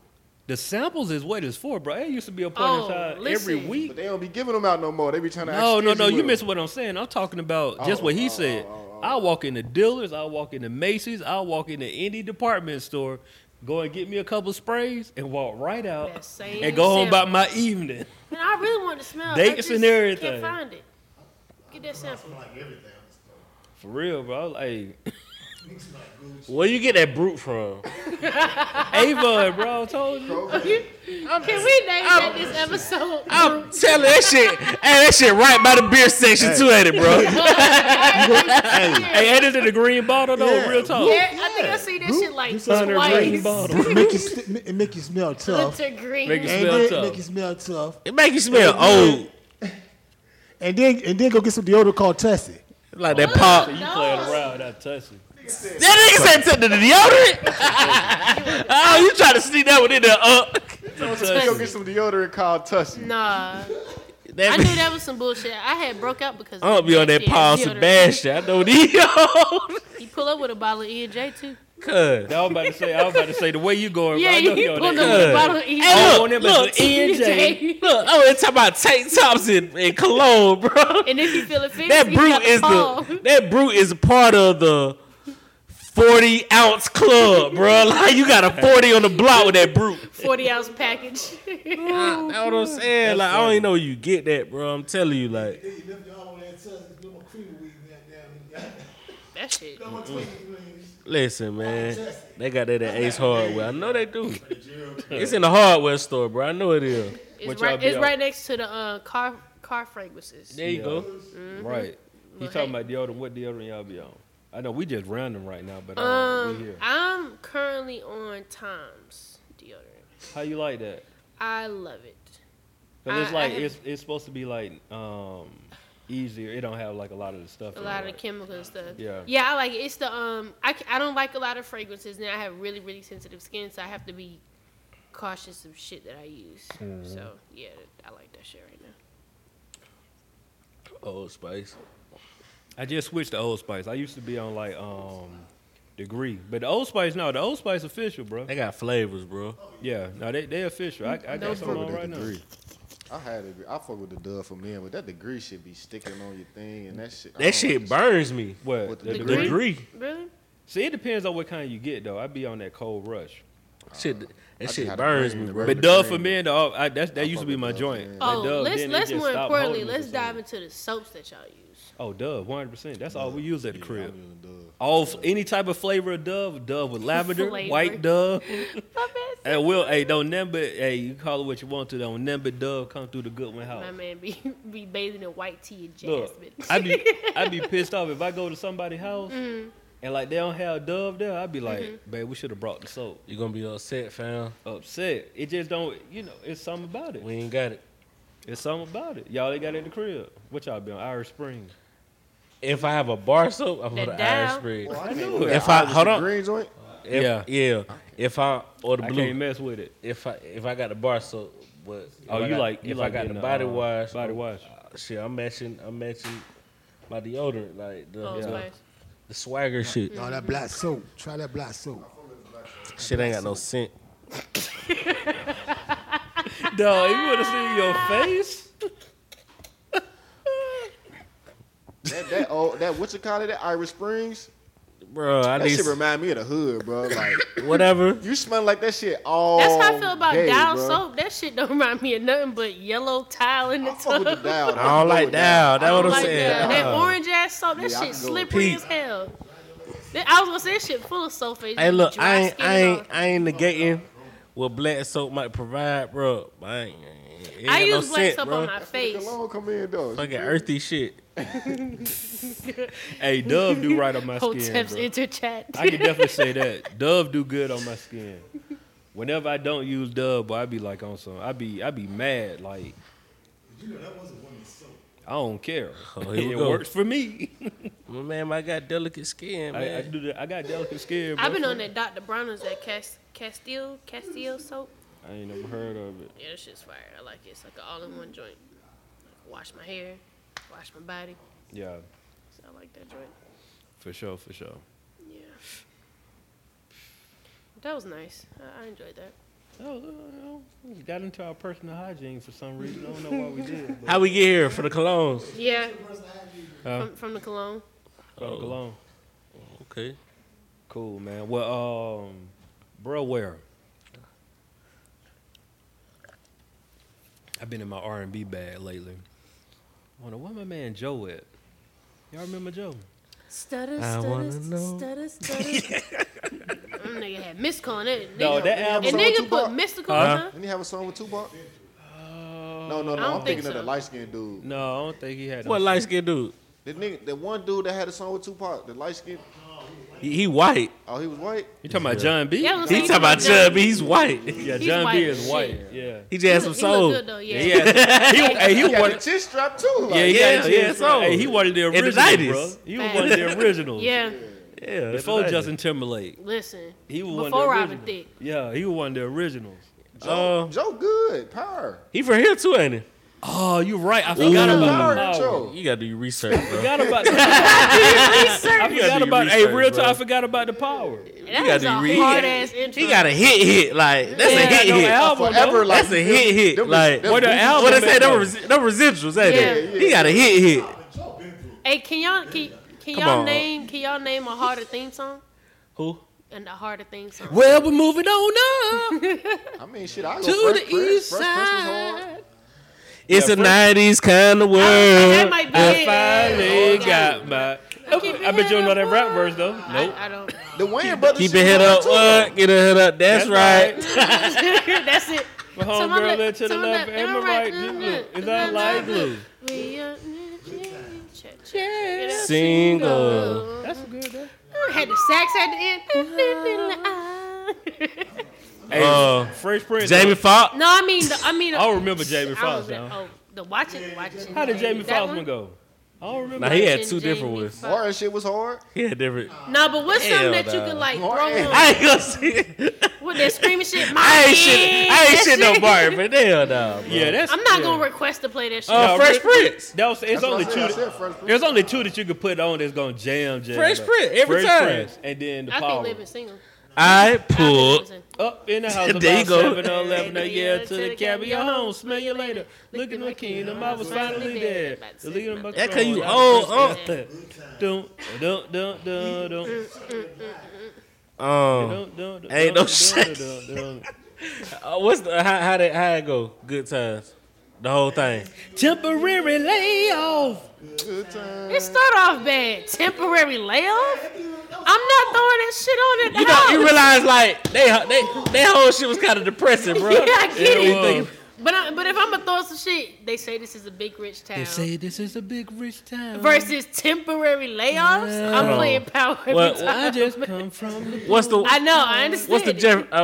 The samples is what it's for, bro. It used to be a point Oh, in time every listen. week. But they don't be giving them out no more. They be trying to. No, no, excuse no. You with miss them. what I'm saying. I'm talking about just Oh, what he oh, said. oh, oh, oh. I walk into dealers. I walk into Macy's. I walk into any department store. Go and get me a couple sprays and walk right out That same and go home sample. about my evening. And I really want to smell. it. I Dates just and everything. Can't find it. Get that sample. For real, bro. Like Where you get that brute from? Avon, bro. I told you. Can we name that this episode? I'm telling that shit. Hey, that shit right by the beer section too, ain't it, bro? Hey, that is in the green bottle though. Yeah. Real talk. Yeah, I think I see that shit like Thunder green twice. bottle. It make you, st- it make you smell tough. Hunter Green. Make it And smell then tough. it make you smell tough. It make you smell old, And then and then go get some deodorant called Tessie. like that pop. You playing around, not touching. That nigga said took the deodorant. oh, you trying to sneak that one in there? uh. Up. Touching. Go get some deodorant called Tussie. Nah, I That knew that was some bullshit. I had broke out because I don't be on that Yeah, Paul deodorant. Sebastian. I know these. He pull up with a bottle of E and J too. Cuz. I was about to say. I was about to say the way you going. bro, Yeah, I know he you on pulled that up E&J. with a bottle of E and J. All Look, on there, but look, it's E&J. Look, I was talking about tank tops and, and cologne, bro. And if you feel it, That brute got is Paul. the that brute is a part of the forty ounce club, bro. Like you got a forty on the block with that brute. forty ounce package. That's what I'm saying. Like I don't even know where you get that, bro. I'm telling you, like Hey, them y'all on that test, them little cream weed that down. that shit. Them little tweaking wings. listen, man. They got that at Ace Hardware. I know they do. It's in the hardware store, bro. I know it is. What It's y'all right. be It's on? right next to the uh, car car fragrances. There you Yeah. go. Mm-hmm. Right. He Well, talking hey. about deodorant. What deodorant y'all be on? I know we just random right now, but uh, we Um, here. I'm currently on Tom's deodorant. How you like that? I love it. 'Cause it's I- I like have- it's it's supposed to be like um easier. It don't have like a lot of the stuff. A in lot it, of right? chemical and stuff. Yeah. Yeah, I like it. It's the um. I, c- I don't like a lot of fragrances, and I have really really sensitive skin, so I have to be cautious of shit that I use. So yeah, I like that shit right now. Old Spice. I just switched to Old Spice. I used to be on like um degree, but the Old Spice no, the Old Spice official, bro. They got flavors, bro. Yeah, no, they they official. I, I got I fuck something with on the right now. degree. I had a, I fuck with the dove for men, but that degree should be sticking on your thing and that shit. I That don't shit understand. burns me. What With the the degree? Degree? Degree. Really? See, it depends on what kind you get though. I be on that cold rush. Shit, that just shit had a burns brain, me, the bro. But Regular Dove for cream. men, though, I, that's, that I used to fuck be with my Dove for joint. men. That Oh, Dove, let's then it let's just more stopped importantly, holding me for let's some dive reason. into the soaps that y'all use. Oh, Dove, one hundred percent. That's all we use at the crib. Using Dove. All f- any type of flavor of Dove, Dove with lavender, Flavor. white Dove, My man, said- and will hey don't number hey you call it what you want to don't number Dove come through the Goodwin house. my man be be bathing in white tea and jasmine. Oh. Look, I be I be pissed off if I go to somebody's house Mm-hmm. and like they don't have Dove there. I'd be like, babe, we should have brought the soap. You gonna be upset, fam. Upset. It just don't. You know, it's something about it. We ain't got it. It's something about it. Y'all they got it at the crib. What y'all been? Irish Spring. If I have a bar soap, I'm That gonna Irish dial. spray. Well, I knew knew it. it. If I- hold on. green joint. If, Yeah. yeah, If I or the I blue. can't mess with it. If I if I got the bar soap, but if Oh, I you got- like- you if like I got getting the the, body uh, wash. body I'm- wash. uh, shit, I'm matching. I'm matching my deodorant, like the Old the, Spice. the swagger shit. Oh, that black soap. Try that black soap. Shit ain't got no scent. Dog, you would have seen your face. That that old that what you call it? That Irish Springs. Bro, I That need shit remind me of the hood, bro. Like whatever. you smell like that shit all. That's how I feel about day, dial bro. soap. That shit don't remind me of nothing but yellow tile in the I fuck tub. with the dial. I don't like that. That's what I'm Like saying. that, that Uh, orange ass soap, that Yeah, I shit can go with slippery Pete. as hell. That- I was gonna say that shit full of sulfate. Hey, look, Dry I ain't, skin I and all. ain't, I ain't negating what black soap might provide, bro. but I ain't, it ain't I got no use black scent, soap bro. on my Mm-hmm. face. Cologne come in though. fucking earthy shit. Hey, Dove do right on my Whole skin. tips Bro. into chat. I can definitely say that. Dove do good on my skin. Whenever I don't use Dove, but I be like on some. I be I be mad. Like You know, that was a woman's soap. I don't care. Oh, here we it go. works for me. My man, I got delicate skin, I, I man. do. The, I got delicate skin. Bro. I've been on that Dr. Bronner's, that Cas- Castile Castile soap. I ain't never heard of it. Yeah, that shit's fire. I like it. It's like an all-in-one joint. Like, wash my hair, wash my body. Yeah, So I like that joint. for sure, for sure. Yeah. That was nice. I, I enjoyed that. Oh, oh, oh, we got into our personal hygiene for some reason. I don't know why we did. But How we get here for the colognes? Yeah, Oh. Huh? from, from the cologne. fuck alone. Okay. Oh. Cool, man. Well, um, bro, where? I've been in my R and B bag lately. Wonder where my man Joe at? Y'all remember Joe? Stutter, I stutter, wanna st- know. stutter, stutter. That nigga had mystical on it. No, Nigga- that album- And Someone nigga too put far? mystical Huh? on her. Didn't he have a song with Tupac? Uh, no, no, I no. don't I'm thinking think of the so. light skinned dude. No, I don't think he had. no- What light skinned dude? The nigga, the one dude that had a song with Tupac, the light skinned. He, he white. Oh, he was white. You talking about John B? Yeah, I was He He's talking about white. chubby. He's white. Yeah, He's John white B as is shit. white. Yeah. He just had He some look- soul. He look good though, yeah. Yeah, he, had- he, hey, he He had the was chin strap too. yeah, Like, he Yeah, got his yeah, shit so- straight. Hey, he one of the the originals, 90s. bro. He was one of the originals. Yeah, Yeah. before that's Justin Timberlake, listen. he was one of Before the Robin originals. Thicke. Yeah, he was one of the originals. Uh, Joe good, power. he from here too, ain't he? Oh, you're right. I forgot about Power the power. intro. You gotta do your research, I bro. forgot about. The, I Research. forgot do about. research, Hey, real bro. talk. I forgot about the power. you That gotta was a do re- hard ass intro. He got a hit, hit. Like that's Yeah, a hit, no hit. album. Forever, like That's a hit, hit. them- like them- What the album? what they say? man, Them, though? res- them residuals, ain't they? Yeah. He got a hit, hit. Hey, can y'all can, can Come y'all on. name can y'all name a harder theme song Who? and a harder theme song? Well, we're moving on up I mean, shit. I go to first, the east side. It's Yeah, a '90s kind of Uh, world. that might be I it. finally Yeah. got my. Keep I your bet you don't head know that up, rap boy. verse though. I- Nope. I, don't. The Wayne brothers. Keep shit your head was up, too, though. what? Get a head up. That's, That's right. That's it. My Some of homegirl the- led to the some of left the- and the I'm right. right, Just mm, look, It's mm, not mm, light mm, blue. We are Single. That's a good. Day. Had the sax at the end. Hey, Uh, Fresh Prince. Jamie Foxx. no, I mean the, I mean. I don't remember Jamie I Foxx was at- now. Oh, the watch it, watch it. How did Jamie That Foxx one? one go? I don't remember. Now he had Watching two different Jamie ones. Foxx. Warren shit was hard. He had different. No, but what's Hell something that you nah. can like throw Martin. on I ain't gonna see. with that screaming shit? My I ain't man, shit. I ain't that shit no Martin, but hell no. Bro. Yeah, that's. I'm not yeah. gonna request to play that shit. Uh, No, Fresh Rick- Prince. That was, it's That's what only I said. I two. said Fresh Prince. There's only two that you could put on that's gonna jam, jam. Fresh up. Prince, every Fresh time. Prince, and then the I power. think living single. I pulled. Listen, Up in the house about There you go. seven or eleven a year to the cabin. Your home, smell you later. Look at my kingdom, I was finally there. The leader of my That 'cause you Oh. throne, old, I'm Prince Prince. Dun, dun, dun, dun, dun, Um, dun, dun, dun, Ain't no dun, shit. dun, dun, dun. uh, what's the how how did how it go? Good times, the whole thing. Temporary layoff. Good time. It started off bad. Temporary layoff. I'm not throwing that shit on at the You know, house. you realize like they they that whole shit was kind of depressing, bro. Yeah, I get Yeah, it. well. Think- But I, but if I'm gonna throw some shit, they say this is a big rich town. They say this is a big rich town. versus temporary layoffs. I'm No. playing power every What- time. I just come from the. What's the I know. I understand. what's the it. Jeff? Uh, uh,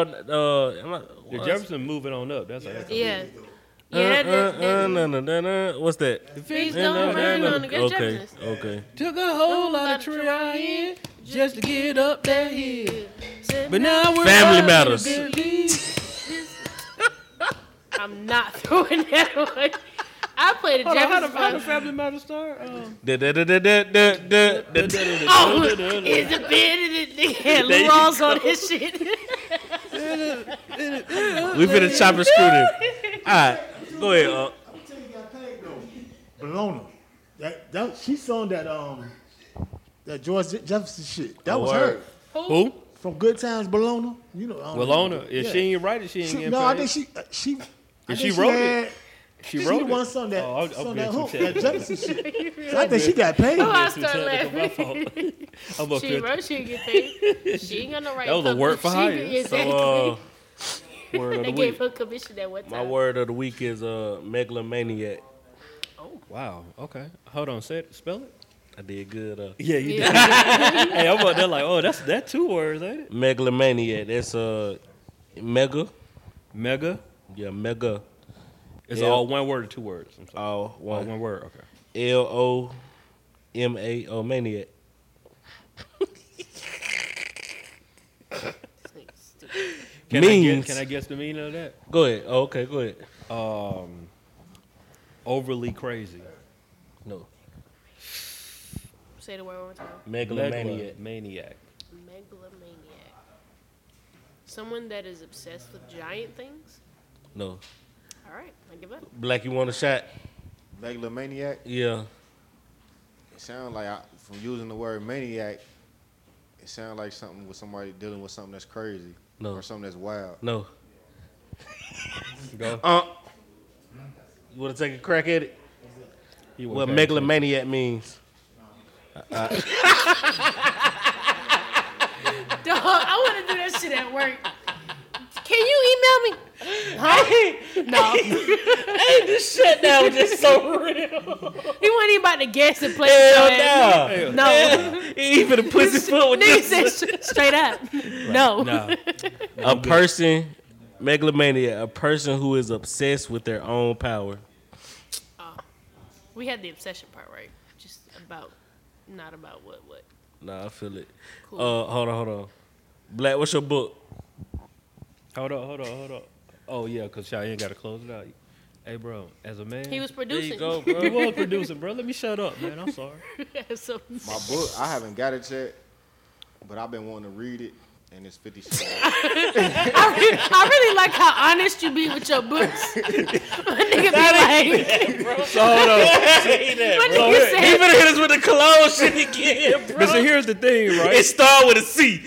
am I- The what's- Jefferson moving on up. That's like. Yeah. Uh, Yeah, that, uh, that, that, uh, na, na, na, na. What's that? Please uh, Na, na, don't na, run na. on the good Okay, Jeffersons. okay. Took a whole lot of trying just to get up that hill. But now we're Family up matters. in Belize. I'm not throwing that one. I played a Hold on, how the, Jefferson. how the family matters start? Um, Da, da, da, da, da, da, da, da, da. Oh, it's a bit of the had There you laws on this shit. We finna chop and screw this. All right, go ahead. Uh, Bologna. That, that she sung that um that George Je- Jefferson shit. That Oh, was word. her Who? from Good Times Bologna. You know. Um, Willona. If yeah. she ain't right, she ain't She- getting no, paid. I think she uh, she. I she think wrote it. had- she, She wrote the it. one sung that, Oh, I'll- I'll sung get that some hook, check. that Jefferson shit. So I think she got paid. Oh, I Too start technical, my fault. laughing. I'm up She here. wrote, she didn't get paid. She ain't got no right. That was a cover. word for She hire. uh, did- Exactly. so, uh, word of they the gave week. her commission at one time. My word of the week is uh, megalomaniac. Wow. Okay. Hold on. Say it. Spell it. I did good. Uh, Yeah, you Yeah. did. hey, I'm up there like, oh, that's that two words, ain't it? megalomaniac. That's uh, mega. Mega. Yeah, mega. It's Yeah. all one word or two words. I'm sorry. Oh, All one. one word. Okay. L O M A O maniac. Can I Means. guess, can I guess the meaning of that? Go ahead. Oh, okay, go ahead. Um, overly crazy. No, Say the word one more time. megalomaniac. Megalomaniac. Megalomaniac. Someone that is obsessed with giant things. No. All right, I give up. Black, you want a shot? Megalomaniac. Yeah. It sounds like I, from using the word maniac, it sounds like something with somebody dealing with something that's crazy No. or something that's wild. No. Go. Uh, you want to take a crack at it? What megalomaniac means? Dog, I want to do that shit at work. Can you email me? Huh? no. Hey, this shutdown was just so real. He wasn't even about to guess and play. Hell with your ass. no. No. He even a pussy foot with Nigga this. said sh- straight up. No. Nah. A person, megalomania, a person who is obsessed with their own power. We had the obsession part right. Just about, not about what what. Nah, I feel it. Cool. Oh, Uh, hold on, hold on. Black, what's your book? Hold up, hold up, hold up. Oh yeah, cause y'all ain't gotta close it out. Hey bro, as a man, He was producing. go, bro, you was producing, bro. Let me shut up, man. I'm sorry. so, My book, I haven't got it yet, but I've been wanting to read it, and it's 50 cents. I, re- I really like how honest you be with your books. My nigga be like, So hold up. my nigga He said, finna hit us with the cologne shit again, bro. But so here's the thing, It right? start with a C.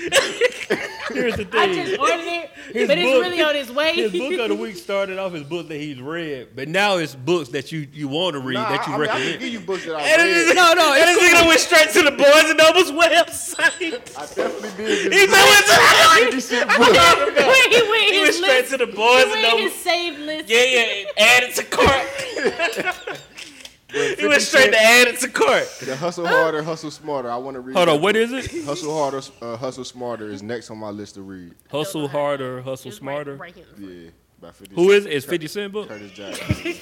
Here's the I thing. just ordered it, His but it's book- really on its way. his book of the week started off his book that he's read, but now it's books that you, you want to read Nah, that you I, I, mean, I recommend. can give you books that I And this read. is- No, no, and it's this nigga went straight to the Boys and Nobles website. I definitely did He get went to, this 50 cent book. Wait, he went he went his straight list. to the He Boys and went his Nobles. save list. Yeah, yeah, add it to cart. He went straight to add it to cart. The Hustle Harder, Hustle Smarter. I want to read Hold that on, what book. is it? Hustle Harder, uh, Hustle Smarter is next on my list to read. Hustle harder, hustle Just smarter. Right, right here in front. Yeah, by 50 Who Cent. is it? It's Fifty Cent book. Curtis Jackson.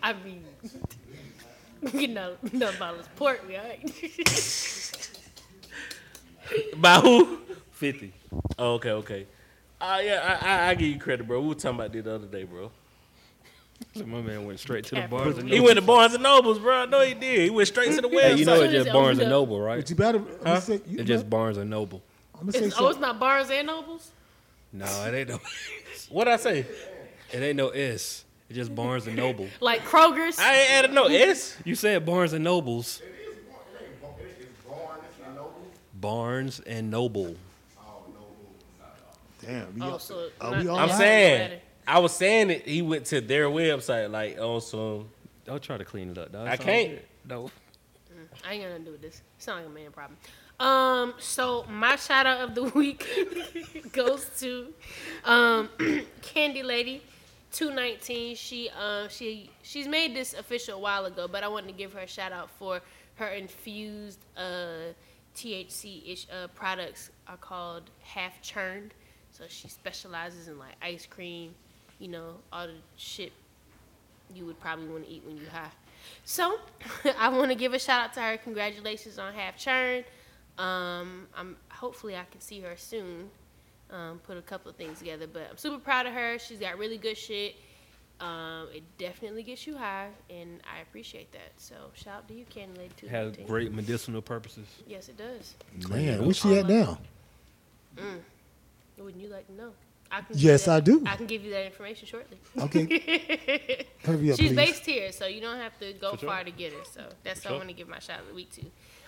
I mean, you know, nothing about this pork, we all right? By who? Fifty. Oh, okay, okay. Uh, yeah, I, I, I give you credit, bro. We were talking about this the other day, bro. So my man went straight to the Yeah. bars and He went to Barnes and Nobles, bro. I know he did. He went straight to the website. Hey, you know it's As soon as just it Barnes opened and up. Noble, right? But you better. I'm Huh? gonna say, you It's just Barnes and Noble. I'm gonna say It's, oh, it's something. not Barnes and Nobles? No, it ain't no. what I say? It ain't no S. It's just Barnes and Noble. Like Kroger's? I ain't added no S. You said Barnes and Nobles. Barnes and Noble. Damn. We oh, all, so Are not- we all not I'm right? saying. letter. I was saying that he went to their website, like on some. I'll try to clean it up. Dog. I can't. No. I ain't gonna do with this. It's not like a man problem. Um, so my shout out of the week goes to um Candy Lady 219. She um she she's made this official a while ago, but I wanted to give her a shout out for her infused uh THC ish uh products are called half churned. So she specializes in like ice cream, you know, all the shit you would probably want to eat when you high. So, I want to give a shout out to her. Congratulations on Half Churn. Um, I'm hopefully I can see her soon. Um, put a couple of things together, but I'm super proud of her. She's got really good shit. Um, it definitely gets you high, and I appreciate that. So, shout out to you, Candy Lady. It has 219. great medicinal purposes. Yes, it does. Man, where she at now? Wouldn't you like to know? I can give Yes, that- I do. I can give you that information shortly. Okay, hurry up, She's please. based here, so you don't have to go For sure. far to get her. So that's what I sure. want to give my shout of the week to.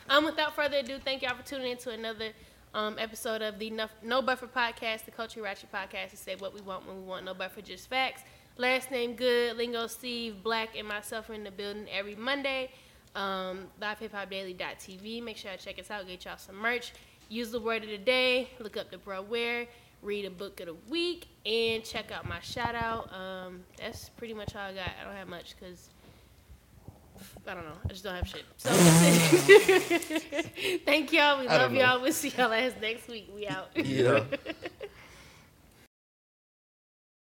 Um, without further ado, thank y'all for tuning in to another um, episode of the no, no Buffer Podcast, the Culture Ratchet Podcast, to say what we want when we want. No Buffer, just facts. Last name good, Lingo Steve, Black, and myself are in the building every Monday. Um, LiveHipHopDaily.tv. Make sure y'all check us out. Get y'all some merch. Use the word of the day. Look up the bro wear. Read a book of the week and check out my shout out. Um, that's pretty much all I got. I don't have much because I don't know. I just don't have shit. So thank y'all. We love y'all. We'll see y'all ass next week. We out. Yeah.